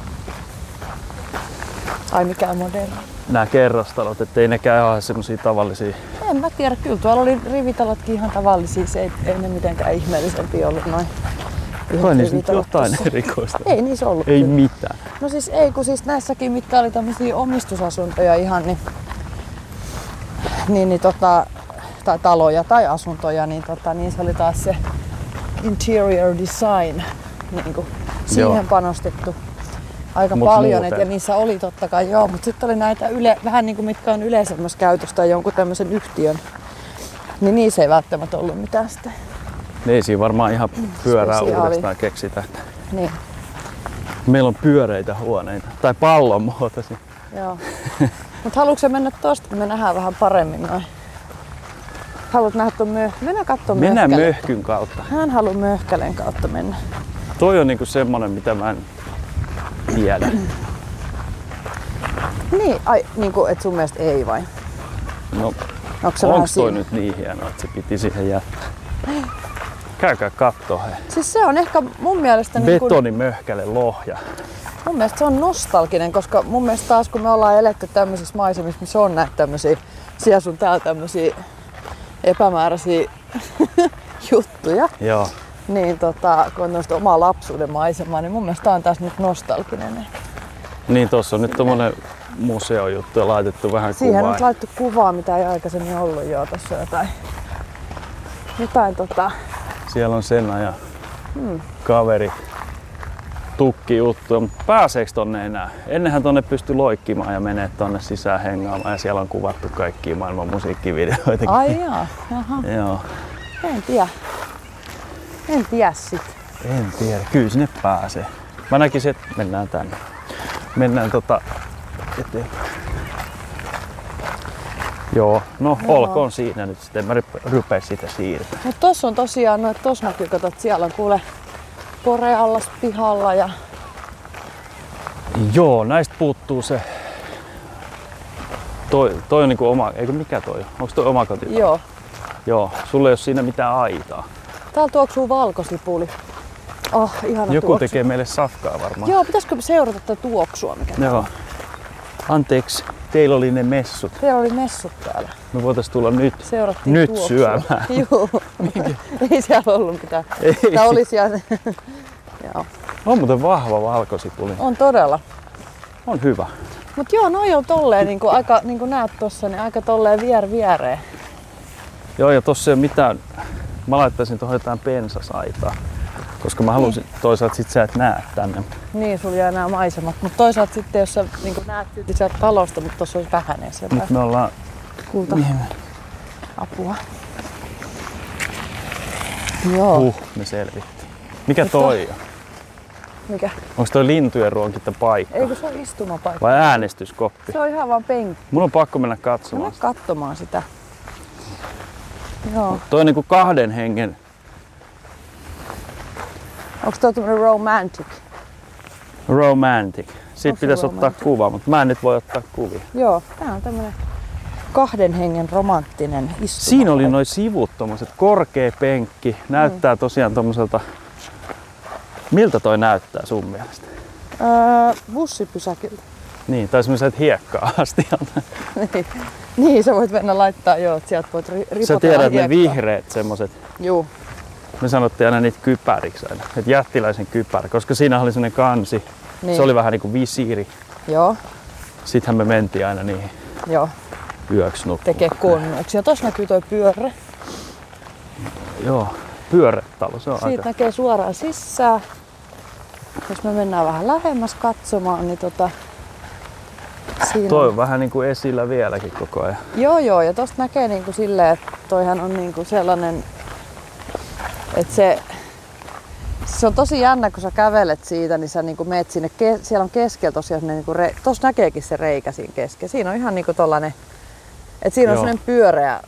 Ai mikä on moderni. nämä kerrostalot, ettei nekään ole semmosia tavallisia. En mä tiedä, kyllä tuolla oli rivitalotkin ihan tavallisia, se ei, ei ne mitenkään ihmeellisempi ollut noin. Ihan Kai niissä nyt rivitalot niin, jotain tossa. erikoista. Ei niissä ollut. Ei kyllä. mitään. No siis ei, kun siis näissäkin, mitkä oli tämmöisiä omistusasuntoja ihan, niin, niin, niin tota, tai taloja tai asuntoja, niin, tota, niin se oli taas se interior design, niin kuin siihen Joo. panostettu aika Mut paljon. Et, muuten. ja niissä oli totta kai, joo, mutta sitten oli näitä yle, vähän niin kuin mitkä on yleisemmässä käytössä tai jonkun tämmöisen yhtiön, niin niissä ei välttämättä ollut mitään sitten. Ne Ei siinä varmaan ihan Mm. pyörää Spesiaali. uudestaan keksitä. Niin, Meillä on pyöreitä huoneita. Tai pallon muotoisia. Joo. Mutta haluatko sä mennä tosta, kun me nähdään vähän paremmin noin? Haluat nähdä tuon myö... Mennä katsomaan Mennään möhkälettä. möhkyn kautta. Hän haluaa möhkälen kautta mennä. Toi on niinku semmonen, mitä mä en tiedä. Niin, ai, niin kuin, et sun mielestä ei vai? No, Onko se vähän onks toi siinä? nyt niin hieno, että se piti siihen jättää? Käykää kattoo he. Siis se on ehkä mun mielestä, niin kuin, Betonimöhkäle lohja. mun mielestä se on nostalginen, koska mun mielestä taas kun me ollaan eletty tämmöisissä maisemissa, missä on näitä tämmöisiä, siellä sun täällä tämmöisiä epämääräisiä (laughs) juttuja, Joo. niin tota, kun on tämmöistä omaa lapsuuden maisemaa, niin mun mielestä tää on taas nyt nostalginen. Niin tossa on nyt tommonen museojuttu ja laitettu vähän Siihen on kuvaa. nyt laittu kuvaa, mitä ei aikaisemmin ollut joo. Tässä on jotain, jotain tota, Siellä on sen ajan kaveri tukki juttu, mutta pääseekö tonne enää? Ennenhän tonne pysty loikkimaan ja menee tonne sisään hengaamaan ja siellä on kuvattu kaikkia maailman musiikkivideoita. ai jaa, jaha, Joo. en tiedä. En tiedä sit. En tiedä, kyllä sinne pääsee. Mä näkisin, että mennään tänne. Mennään tota eteenpäin. Joo, no Joo. olkoon siinä nyt sitten. Mä ryp- rupeen sitä siirtää. Mut tossa on tosiaan, no tos näkyy, kato, että siellä on kuule koreallas pihalla ja Joo, näistä puuttuu se. Toi, toi on niinku oma, eikö mikä toi on? Onks toi oma koti? joo. Joo, sulla ei ole siinä mitään aitaa. Täällä tuoksuu valkosipuli. Oh, ihana Joku tuoksu. tekee meille safkaa varmaan. Joo, pitäisikö seurata tätä tuoksua, mikä Joo. Anteeksi, teillä oli ne messut. Siellä oli messut täällä. Me voitais tulla nyt. Seurattiin Nyt tuoksua. (laughs) syömään. Niin. Joo. Ei siellä ollut mitään. Ei. Tää oli siellä. joo. On muuten vahva valkosipuli. On todella. On hyvä. Mut joo, noi on tolleen, niinku aika, niinku näet tossa, niin aika tolleen vier viereen. Joo, ja tossa ei ole mitään. Mä laittaisin tuohon jotain pensasaitaa. Koska mä halusin, toisaalta sit sä et näe tänne. Niin, sulla jää nämä maisemat. Mut toisaalta sitten, jos sä niinku näet silti sieltä talosta, mutta tossa olisi vähän edes Nyt jotain me ollaan, kulta mihin me- apua. Joo, huh, me selvittiin. Mikä toi on? mikä? Onko toi lintujen ruokinta paikka? Eikö se ole istumapaikka? Vai äänestyskoppi? Se on ihan vaan penkki. Mun on pakko mennä Mennä katsomaan. katsomaan sitä. Joo. Toi on niinku kahden hengen. Onko toi tämmönen romantic? Romantic. Onko Siitä se pitäisi ottaa romantic? kuva, mutta mä en nyt voi ottaa kuvia. Joo, tää on tämmönen kahden hengen romanttinen istuma. Siinä oli noin sivut, tommoset korkea penkki. Mm. Näyttää tosiaan tommoselta... Miltä toi näyttää sun mielestä? Öö, bussipysäkiltä. Niin, tai semmoiset hiekka-astialta. niin. niin, sä voit mennä laittaa, joo, että sieltä voit ri- ripotella Sä tiedät ne hiekkaa. vihreät semmoset. Joo, Me sanottiin aina niitä kypäriksi aina. Et jättiläisen kypärä, koska siinä oli semmoinen kansi. Niin. Niin. Se oli vähän niinku visiiri. joo, Sittenhän me mentiin aina niihin joo, yöksi nukkumaan. tekee konnuuksia. Tuossa näkyy toi No, pyörä. Joo, pyörätalo, se on Siitä aika... näkee suoraan sisään. Jos me mennään vähän lähemmäs katsomaan, niin tota... Siinä Toi on on- vähän niinku esillä vieläkin koko ajan. Joo, joo, ja tosta näkee niinku silleen, että toihan on niinku sellainen, että se, se on tosi jännä, kun sä kävelet siitä, niin sä niin kuin meet sinne, ke- siellä on keskellä tosiaan niin kuin re- tossa näkeekin se reikä siinä keskellä. Siinä on ihan niin kuin tollanen, että siinä on Joo. sellainen pyöreä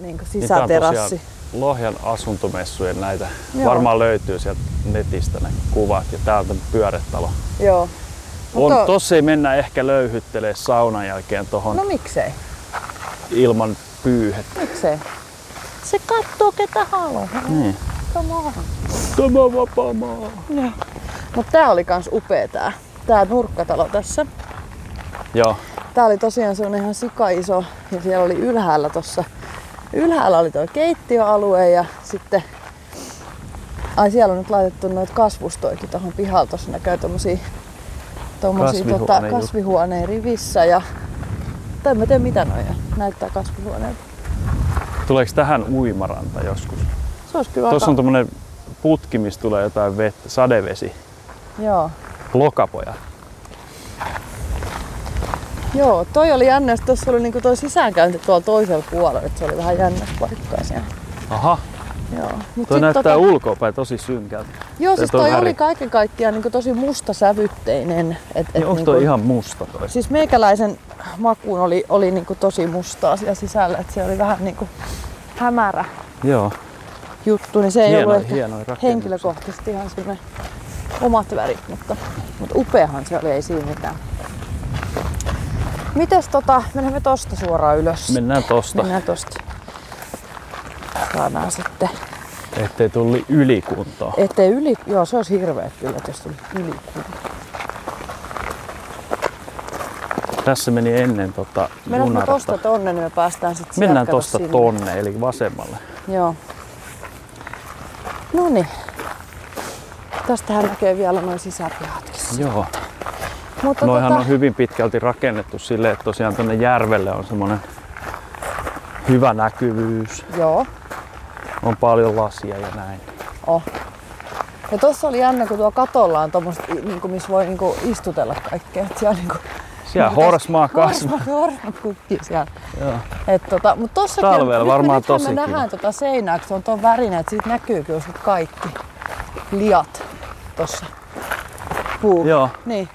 niin kuin Niin tää on sisäterassi. tosiaan Lohjan asuntomessujen näitä. Joo. Varmaan löytyy sieltä netistä ne kuvat ja täältä pyöretalo. Joo. On, Mutta- tossa ei mennä ehkä löyhyttelee saunan jälkeen tohon No miksei? ilman pyyhettä. Miksei? Se kattoo ketä haluaa. Niin. Come on. Tämä on vapaa maa. Mutta tää oli kans upea tää, tää nurkkatalo tässä. Joo, Tää oli tosiaan semmonen ihan sika iso ja siellä oli ylhäällä tossa. Ylhäällä oli tuo keittiöalue ja sitten... Ai siellä on nyt laitettu noita kasvustoikin tuohon pihalle, tossa näkyy tommosia, tommosia Kasvihuone- tota, juttu. kasvihuoneen rivissä ja... Tai en mä tiedä mitä noja näyttää kasvihuoneelta. tuleeko tähän uimaranta joskus? Se olisi kyllä Tuossa aika... on tämmönen putki, mistä tulee jotain vettä, sadevesi, Joo. lokapoja. Joo, toi oli jännä, että tuossa oli niinku toi sisäänkäynti tuolla toisella puolella, että se oli vähän jännä paikkaa siellä. Aha, Joo. Mut toi sit tota- näyttää ulkoapäin tosi synkältä. Joo, toi siis toi väri. oli kaiken kaikkiaan niinku tosi mustasävytteinen. Et, et niinku Niin onko toi ihan musta toi? Siis meikäläisen makuun oli, oli niinku tosi mustaa siellä sisällä, että se oli vähän niinku hämärä Joo, juttu, niin se ei Hieno- ollut ehkä hienoja rakennuksia. henkilökohtaisesti ihan sinne omat värit, mutta, mutta upeahan se oli, ei siinä mitään. Mites tota, mennään me tosta suoraan ylös. mennään tosta, Mennään tosta. Saadaan sitten, ettei tulli ylikuntoa. ettei yli, joo se olisi hirveä kyllä, jos tuli yli. Tässä meni ennen tota Mennään me junarata. tosta tonne, niin me päästään sitten Mennään tosta tonne, eli vasemmalle. Joo. No niin. Tästähän näkee vielä noin sisäpihatkin. Joo. Tota- Mutta Mm. Noihan tota, on hyvin pitkälti rakennettu silleen, että tosiaan tänne järvelle on semmoinen hyvä näkyvyys. Joo. On paljon lasia ja näin. Oh. Ja tossa oli jännä, kun tuo katolla on tommoset, niinku, missä voi niinku, istutella kaikkea. Et siellä niinku, (laughs) Siellä Niin kuin horsmaa horsmat- kasvaa. horsmat kukkii siellä. Joo. Et tota, mut tossakin, Talvella nyt me- varmaan nythän tosi me kiva. nähdään tota seinää, kun se on ton värinen, että siitä näkyy kyllä sit kaikki liat tossa. Puu. Joo, Niin,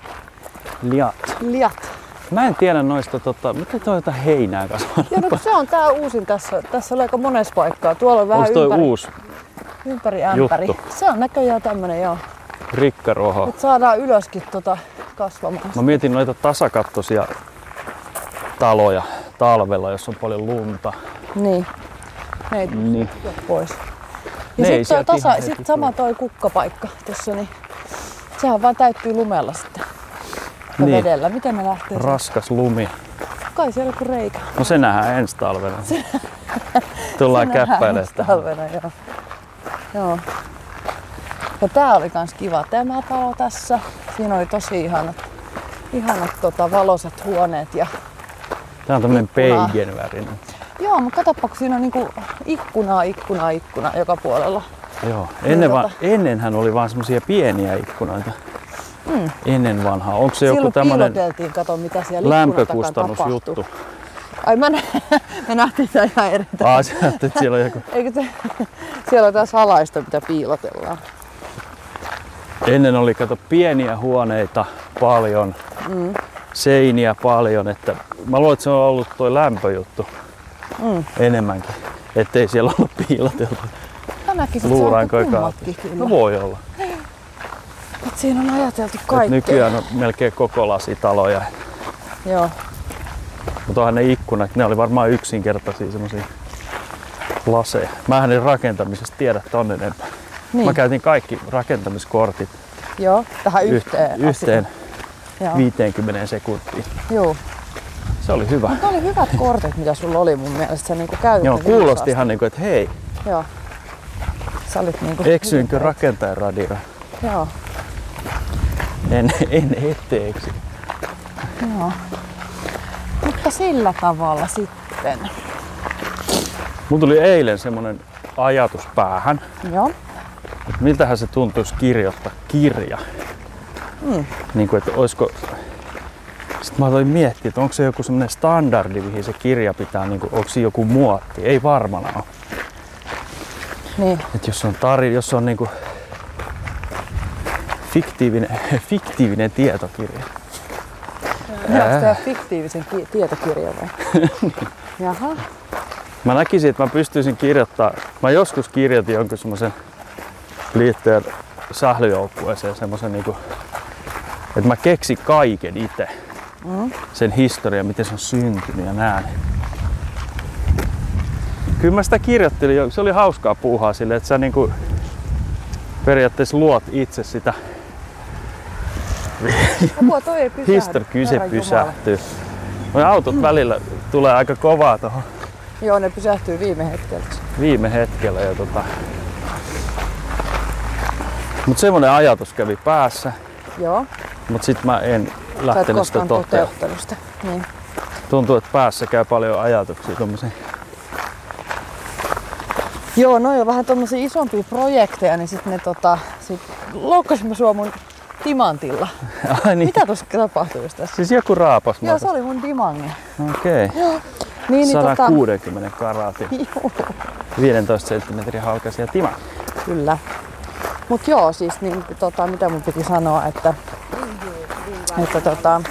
liat. liat. Mä en tiedä noista, tota, mitä toi jotain heinää kasvaa. Joo, no kun se on tää uusin tässä. Tässä oli aika monessa paikkaa. Tuolla on vähän Onko toi ympäri, uusi ympäri ämpäri. juttu? Se on näköjään tämmönen joo. rikkaruoho? Nyt saadaan ylöskin tota kasvamaan. Mä mietin noita tasakattoisia taloja talvella, jos on paljon lunta. Niin. Ne ei Niin. tule pois. Ja Ne ei sitten sieltä toi tasa, ihan heti sit sama toi kukkapaikka tuossa, niin sehän vaan täyttyy lumella sitten. Ja Niin. vedellä. Miten ne lähtee? Ra- Raskas lumi. Kai siellä joku reikä. No se nähdään ensi talvena. Tullaan käppäilemään. ensi talvena, joo. joo. Ja tää oli kans kiva tämä talo tässä. Siinä oli tosi ihanat, ihanat tota, valoisat huoneet. Ja... Tää on tämmönen Ikkunaa. peigen värinen. Joo, mutta katsoppa, kun siinä on niinku ikkunaa, ikkunaa, ikkunaa joka puolella. Joo. Ennen Niin, vaan, tota- ennenhän oli vaan semmosia pieniä ikkunoita. Mm. Ennen vanhaa. Onko se joku Silloin tämmönen piiloteltiin, kato mitä siellä ikkunan takana tapahtui. lämpökustannusjuttu? Ai mä, nä- (laughs) me nähtiin tää ihan eri. tä- Aa, sä ajattelit, että siellä on joku. Eikö se, siellä on taas salaista, mitä piilotellaan. Ennen oli kato pieniä huoneita paljon, mm. seiniä paljon, että mä luulen, että se on ollut toi lämpöjuttu mm. enemmänkin. Ettei siellä ollut piiloteltu Mä näkisin, että se on luurankoja aika kummatkin kaapit. kyllä. No voi olla. Mut siinä on ajateltu Et kaikkea. nykyään on melkein koko lasitaloja. Joo. Mutta onhan ne ikkunat, ne oli varmaan yksinkertaisia semmoisia laseja. Mähän en rakentamisesta tiedä ton enempää. Niin. Mä käytin kaikki rakentamiskortit Joo, tähän yht- yhteen. yhteen Joo. 50 sekuntiin. Joo. Se oli hyvä. Ne oli hyvät kortit, mitä sulla oli mun mielestä. Sä niinku käytit Joo, ne kuulosti viisaasti. ihan niinku, että hei, Joo. Sä olit niinku... eksyinkö rakentajan radioon? Joo. En, en ette eksy. Joo. Mutta sillä tavalla sitten. Mun tuli eilen semmonen ajatus päähän, Joo. että miltähän se tuntuisi kirjoittaa kirja. Mm. Niin kuin, että olisiko... Sitten mä aloin miettiä, että onko se joku semmoinen standardi, mihin se kirja pitää, niin kuin, onko siinä joku muotti. Ei varmana ole. Niin. Et jos on, tari, jos on niinku fiktiivinen, (laughs) fiktiivinen tietokirja. Joo, tehdä fiktiivisen ki- tietokirjan (laughs) vai? Jaha. Mä näkisin, että mä pystyisin kirjoittaa. Mä joskus kirjoitin jonkun semmoisen liitteen sählyjoukkueeseen semmoisen niinku, että mä keksin kaiken itse. Mm. Sen historian, miten se on syntynyt ja näin. Kyllä mä sitä kirjoittelin, jo- se oli hauskaa puuhaa sille, että sä niinku periaatteessa luot itse sitä. Apua, toi ei pysähdy. Histori, kyllä se Herran Jumala. pysähtyy. Noi autot välillä tulee aika kovaa tuohon Joo, ne pysähtyy viime hetkellä. viime hetkellä. Ja tota... Mutta semmonen ajatus kävi päässä, Joo, mutta sitten mä en sä et lähtenyt sitä koskaan toteamaan. toteuttanut sitä. Niin. Tuntuu, että päässä käy paljon ajatuksia tommosia. (laughs) Joo, noi on vähän tommosia isompia projekteja, niin sit ne tota, sit loukkasin mä sua mun timantilla. Ai niin. Mitä tuossa tapahtui just tässä? Siis joku raapas Joo, se oli mun dimangi. Okei. Okay. Niin, niin tota, 160 (laughs) karaatin, Juu, 15 senttimetrin halkaisia tima. kyllä. Mut joo, siis niin, tota, mitä mun piti sanoa, että, että tota,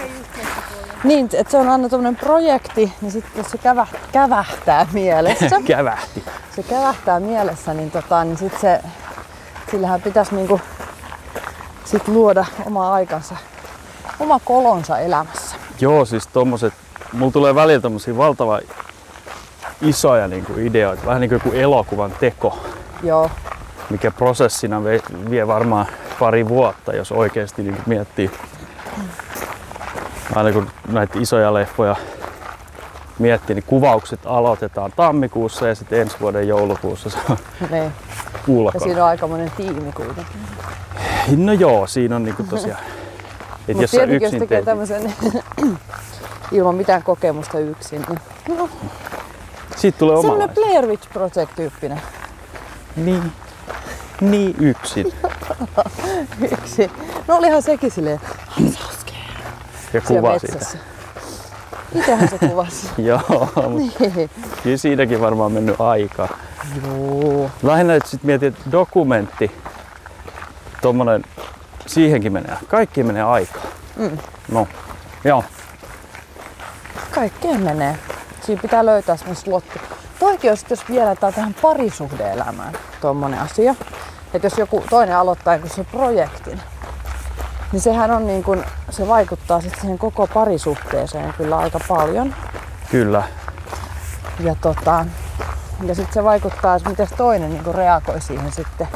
niin, että se on aina tämmöinen projekti, niin sitten jos se kävä, kävähtää mielessä, Kävähti. se kävähtää mielessä, niin, tota, niin sit se, sillähän pitäisi niinku sit luoda oma aikansa, oma kolonsa elämässä. Joo, siis tommoset, mulla tulee välillä tommosia valtavan isoja niinku ideoita, vähän niinku joku elokuvan teko. Joo, mikä prosessina vie, vie varmaan pari vuotta, jos oikeasti niin miettii. Aina kun näitä isoja leffoja miettii, niin kuvaukset aloitetaan tammikuussa ja sitten ensi vuoden joulukuussa se on niin. Ja ulkona. siinä on aikamoinen tiimi kuitenkin. No joo, siinä on niinku tosiaan. Et Mutta jos sä tietenkin, jos yksin tekee teet, tämmöisen (clears throat) ilman mitään kokemusta yksin, niin siitä tulee oma semmoinen Blair Witch Project-tyyppinen Niin, niin yksin. yksi. No olihan sekin silleen, "Ai, se on scary", Ja siellä kuva siitä. metsässä. Mitähän se (laughs) kuvasi? (laughs) Joo, mutta niin. kyllä siinäkin varmaan mennyt aikaa. Joo. Lähinnä nyt sit mietin, että dokumentti, tommonen, siihenkin menee, kaikki menee aikaa. Mm. No, joo, Kaikkeen menee. Siinä pitää löytää semmoinen slotti. Toikin on sit, jos vielä tää tähän parisuhdeelämään tuommoinen asia. Että jos joku toinen aloittaa jonkun sen projektin, niin sehän on niin kun, se vaikuttaa sitten siihen koko parisuhteeseen kyllä aika paljon. kyllä. Ja, tota, ja sitten se vaikuttaa, että miten toinen niin reagoi siihen sitten,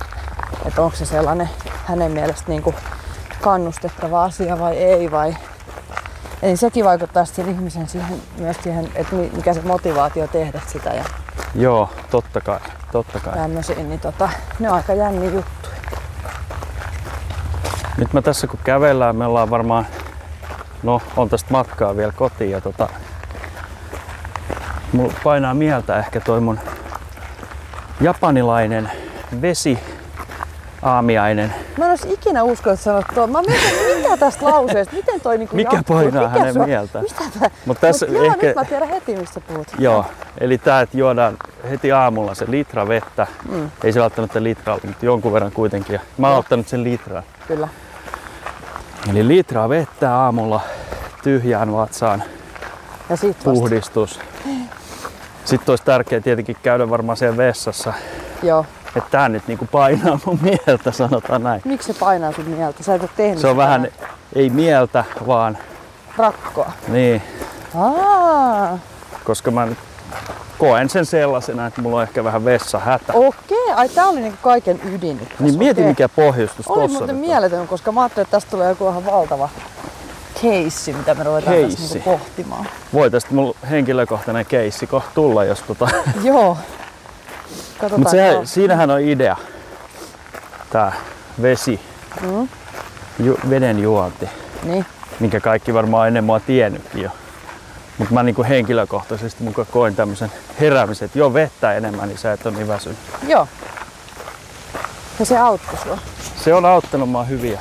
että onko se sellainen hänen mielestä niin kannustettava asia vai ei. Vai... Eli sekin vaikuttaa sen ihmisen siihen, myös siihen, että mi- mikä se motivaatio tehdä sitä ja Joo, totta kai, totta kai. tämmöisiin, niin tota, ne on aika jänni juttu. Nyt mä tässä kun kävellään, me ollaan varmaan, no on tästä matkaa vielä kotiin ja tota, mulla painaa mieltä ehkä toi mun japanilainen vesi aamiainen. Mä en olisi ikinä uskonut sanoa tuo. Mä mietin, mitä tästä lauseesta, miten toi niinku Mikä jatkuu, painaa mikä hänen sua- mieltään? Mitä tää? Mutta tässä Mut joo, ehkä... nyt mä tiedän heti, mistä puhut. Joo, eli tämä, että juodaan heti aamulla se litra vettä. Mm. Ei se välttämättä litraa, mutta jonkun verran kuitenkin. Ja Mä oon ottanut sen litraa. Kyllä. Eli litraa vettä aamulla tyhjään vatsaan, Ja sit vasta. puhdistus. Sitten olisi tärkeää tietenkin käydä varmaan siellä vessassa. Joo. Että tää nyt niinku painaa mun mieltä, sanotaan näin. Miksi se painaa sun mieltä? Sä et ole tehnyt Se on sitä vähän, ei mieltä, vaan rakkoa. niin, Aa, koska mä nyt koen sen sellaisena, että mulla on ehkä vähän vessahätä. okei. Ai tää oli niinku kaiken ydin nyt tässä. Niin mieti Okei. mikä pohjustus Oli tossa muuten nyt on. mieletön, koska mä ajattelin, että tästä tulee joku ihan valtava keissi, mitä me ruvetaan tässä Keissi. niinku pohtimaan. (laughs) Voi tästä mulla henkilökohtainen keissi kohta tulla, jos tota... (laughs) Joo. Katsotaan. Mutta joo. siinähän on idea. Tää vesi. Mm. Ju, veden juonti, Niin. minkä kaikki varmaan ennen mua tiennytkin jo. Mutta mä niinku henkilökohtaisesti muka koin tämmöisen heräämisen, että joo vettä enemmän, niin sä et ole niin väsynyt. Joo. Ja se auttoi sua. Se on auttanut mua hyviä.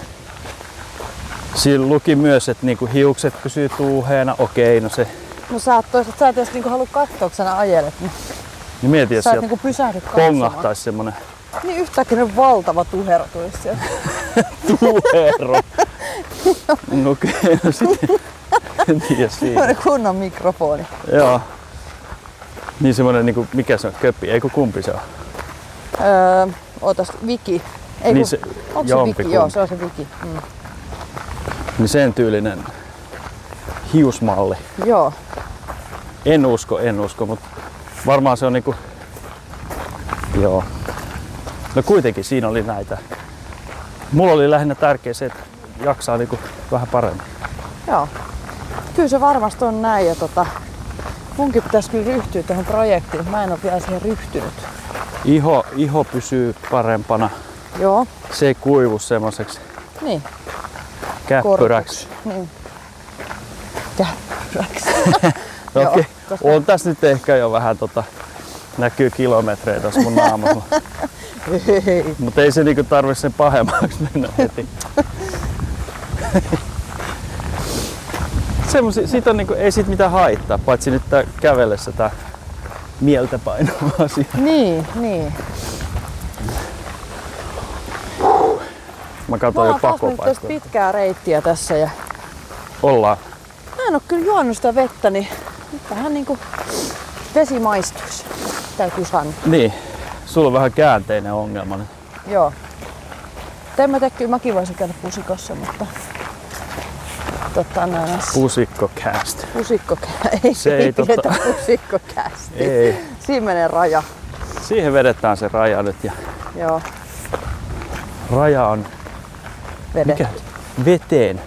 Siinä luki myös, että niinku hiukset pysyy tuuheena. Okei, no se... No sä et toisaalta, sä et edes niinku halua katsoa, kun sä aina ajelet. Niin Niin mieti, jos sä et sieltä niinku pysähdy katsomaan. pongahtaisi semmonen Niin yhtäkkiä ne valtava tuhero tulisi sieltä. (laughs) Tuero. (laughs) No okei, no sitten. En tiedä siitä. Semmoinen kunnon mikrofoni. Joo. Niin semmonen niinku, mikä se on, köppi, eikö kumpi se on? Öö, ootas, Viki. Ei, niin, kun- se, onko se jompikumpi. Viki? Joo, se on se Viki. Mm. niin sen tyylinen hiusmalli. Joo. En usko, en usko, mutta varmaan se on niinku... Joo. No kuitenkin siinä oli näitä. Mulla oli lähinnä tärkeä se, että jaksaa niinku vähän paremmin. Joo. Kyllä se varmasti on näin ja tota, munkin pitäisi kyllä ryhtyä tähän projektiin. Mä en ole vielä siihen ryhtynyt. Iho, iho pysyy parempana. Joo, Se ei kuivu semmoiseksi niin. käppyräksi. Niin. Käppyräksi. No Joo, Okei, koska- on tässä nyt ehkä jo vähän tota, näkyy kilometrejä tässä (laughs) mun naamalla. Ei. Mutta ei se niinku tarvi sen pahemmaksi mennä heti. (laughs) Semmosi, siitä on niinku, ei siitä mitään haittaa, paitsi nyt tää kävellessä tää mieltä painava asia. (laughs) Niin, niin. Mä Mä katson jo oon taas nyt tästä pakopaikkoja. pitkää reittiä tässä ja Ollaan. mä en oo kyllä juonut sitä vettä, niin nyt vähän niinku vesi maistuisi. Täytyy sanoa. Niin, sulla on vähän käänteinen ongelma nyt. Joo. Mutta en mä tiedä, kyllä mäkin voisin käydä pusikossa, mutta tota totta näin. Pusikko cast. Pusikkokää. Ei, Se se ei (laughs) ei pidetä tota- pusikkokästi. Ei. Siinä menee raja. Siihen vedetään se raja nyt ja Joo, raja on vede. mikä? Veteen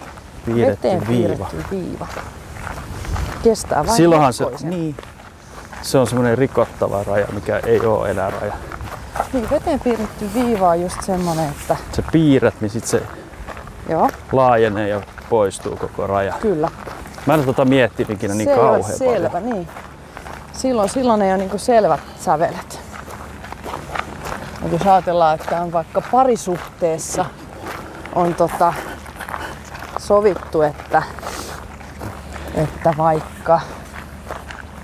piirretty Veteen viiva. piirretty viiva. Kestää vain Silloinhan se, leppoisen. niin, se on semmoinen rikottava raja, mikä ei ole enää raja. niin. veteen piirretty viiva on just semmonen, että Sä piirrät, niin sit se joo, laajenee ja poistuu koko raja. kyllä. Mä en ole tota miettinyt ikinä niin se ei ole kauhean selvä, paljon. niin. Silloin, silloin ei ole niinku selvät sävelet. Ja jos ajatellaan, että on vaikka parisuhteessa on tota sovittu, että, että vaikka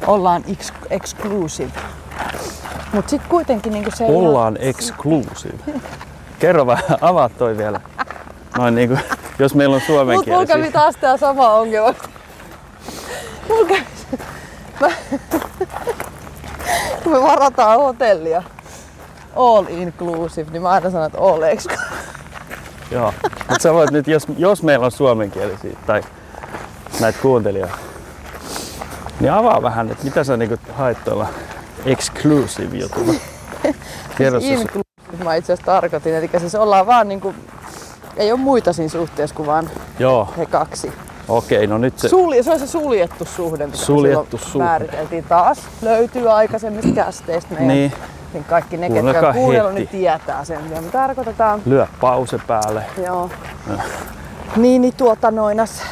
ollaan ex- exclusive. Mutta sitten kuitenkin niinku se ei oo- Ollaan exclusive. Kerro vähän, avaa toi vielä. Noin niinku, jos meillä on suomen Mut mulla kävi taas tää sama ongelma. Mulla kävi se- Mä... Kun me varataan hotellia, all inclusive, niin mä aina sanon, että all exclusive. Joo. Mut sä voit nyt, jos, jos meillä on suomenkielisiä tai näitä kuuntelijoita, niin avaa vähän, että mitä sä niinku haet tuolla exclusive (laughs) jutulla. Kerro se sun- Inclusive mä itse asiassa tarkoitin, eli siis ollaan vaan niinku, ei ole muita siinä suhteessa kuin vaan Joo, he kaksi. okei, no nyt se... Sulje, se on se suljettu suhde, mitä me Suljettu silloin suhde. määriteltiin taas. Löytyy aikaisemmista kästeistä meidän. Niin, niin kaikki ne, ketkä Kuunnelkaa on kuunnellut, heti. niin tietää sen, mitä me tarkoitetaan. lyö pause päälle. Joo. Niin, niin tuota noinas.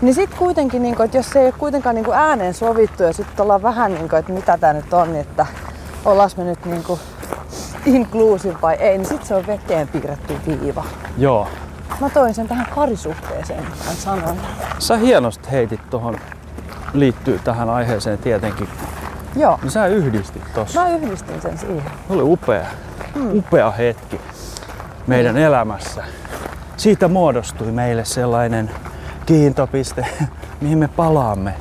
Niin sit kuitenkin, niin kun, että jos se ei ole kuitenkaan niin kun ääneen sovittu ja sitten ollaan vähän niin kun, että mitä tää nyt on, niin että ollaanko me nyt niin kun inclusive vai ei, niin sit se on veteen piirretty viiva. Joo. Mä toin sen tähän parisuhteeseen, niin mä sanoin. Sä hienosti heitit tuohon, liittyy tähän aiheeseen tietenkin. Joo, No sä yhdistit tossa. mä yhdistin sen siihen. Se oli upea, Hmm. upea hetki meidän Niin. elämässä. Siitä muodostui meille sellainen kiintopiste, (laughs) mihin me palaamme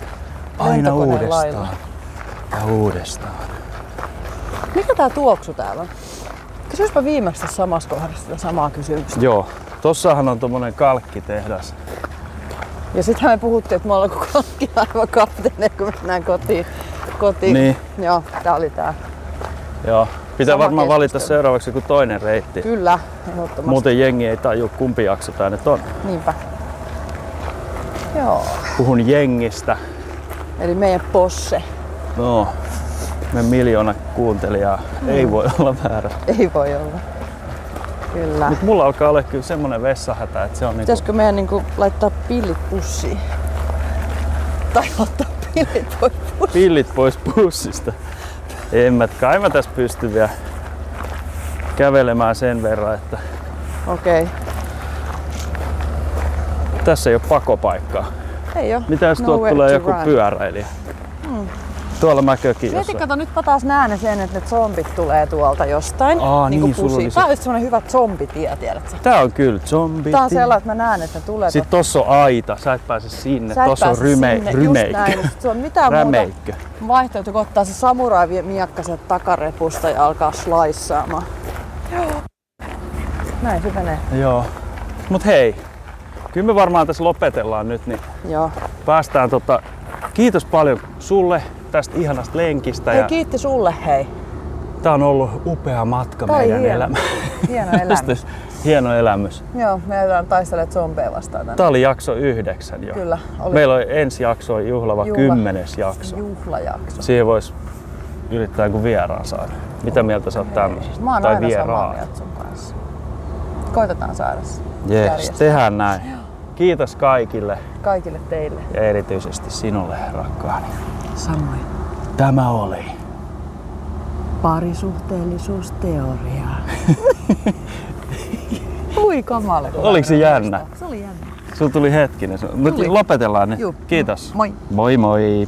aina Lentokoneen uudestaan. lailla. Ja uudestaan. Mikä tää tuoksu täällä on? Kysyisipä viimeksi tässä samassa kohdassa sitä samaa kysymystä. Joo, tossahan on tommonen kalkkitehdas. Ja sittenhän me puhuttiin, että me ollaan koko ajan aivan kapteeni, kun mennään kotiin. kotiin. Niin. Joo, tää oli tää. Joo. Pitää Sama varmaan valita keskustelu. seuraavaksi joku toinen reitti. Kyllä, ehdottomasti. Muuten jengi ei tajua kumpi jakso tää nyt on. Niinpä. Joo. Puhun jengistä. Eli meidän posse. No, me miljoona kuuntelijaa. Mm. Ei voi olla väärä. Ei voi olla. Kyllä. Mut mulla alkaa olla kyllä semmonen vessahätä, että se on niinku... Pitäisikö meidän niinku laittaa pillit pussiin? Tai ottaa pillit pois pussiin? pillit pois pussista. En mä, kai mä tässä pysty vielä kävelemään sen verran, että Okei. Okay. tässä ei ole pakopaikkaa. Ei oo. Mitä jos tuolta Nowhere tulee No to joku run. Mm. pyöräilijä? Tuolla mäkökiossa. Mietin, kato, nyt mä taas näen sen, että ne zombit tulee tuolta jostain. Aa, niinku niin, sulla pusii. oli se- Tää on just semmonen hyvä zombitie, tiedätkö? Tää on kyllä zombi. Tää on sellainen, että mä näen, että ne tulee Sitten tossa on aita, sä et pääse sinne. Sä et Tossa on pääse ryme, sinne. Just rymeikkö. näin. Se on mitään muuta Rämeikkö. vaihtoehto kuin ottaa se samurai miakka sieltä takarepusta ja alkaa slaissaamaan. Joo. Näin se menee. Joo. Mut hei, kyllä me varmaan tässä lopetellaan nyt, niin Joo. päästään tota... Kiitos paljon sulle tästä ihanasta lenkistä. Hei, ja kiitti sulle, hei. Tää on ollut upea matka Tää oli meidän hieno. elämä. (laughs) Hieno elämä. Hieno elämys. Joo, me lähdetään taistelemaan zombeja vastaan tänne. Tää oli jakso yhdeksän jo. Kyllä, oli Meillä on ensi jakso on juhlava Juhla. kymmenes jakso. juhlajakso. Siihen voisi yrittää joku vieraan saada. Mitä mieltä sä oot tämmöisestä? Mä oon tai aina samaa vieraan. mieltä sun kanssa. Koitetaan saada se Jees, järjestää. tehdään näin. Kiitos kaikille kaikille teille. ja erityisesti sinulle rakkaani. Samoin Tämä oli. parisuhteellisuusteoria. (laughs) Ui kamala. kun Oliko se mä jännä? muistan. Se oli jännä. Sulla tuli hetkinen. Mut Tuli. lopetellaan nyt. Juu. Kiitos. Moi. Moi moi.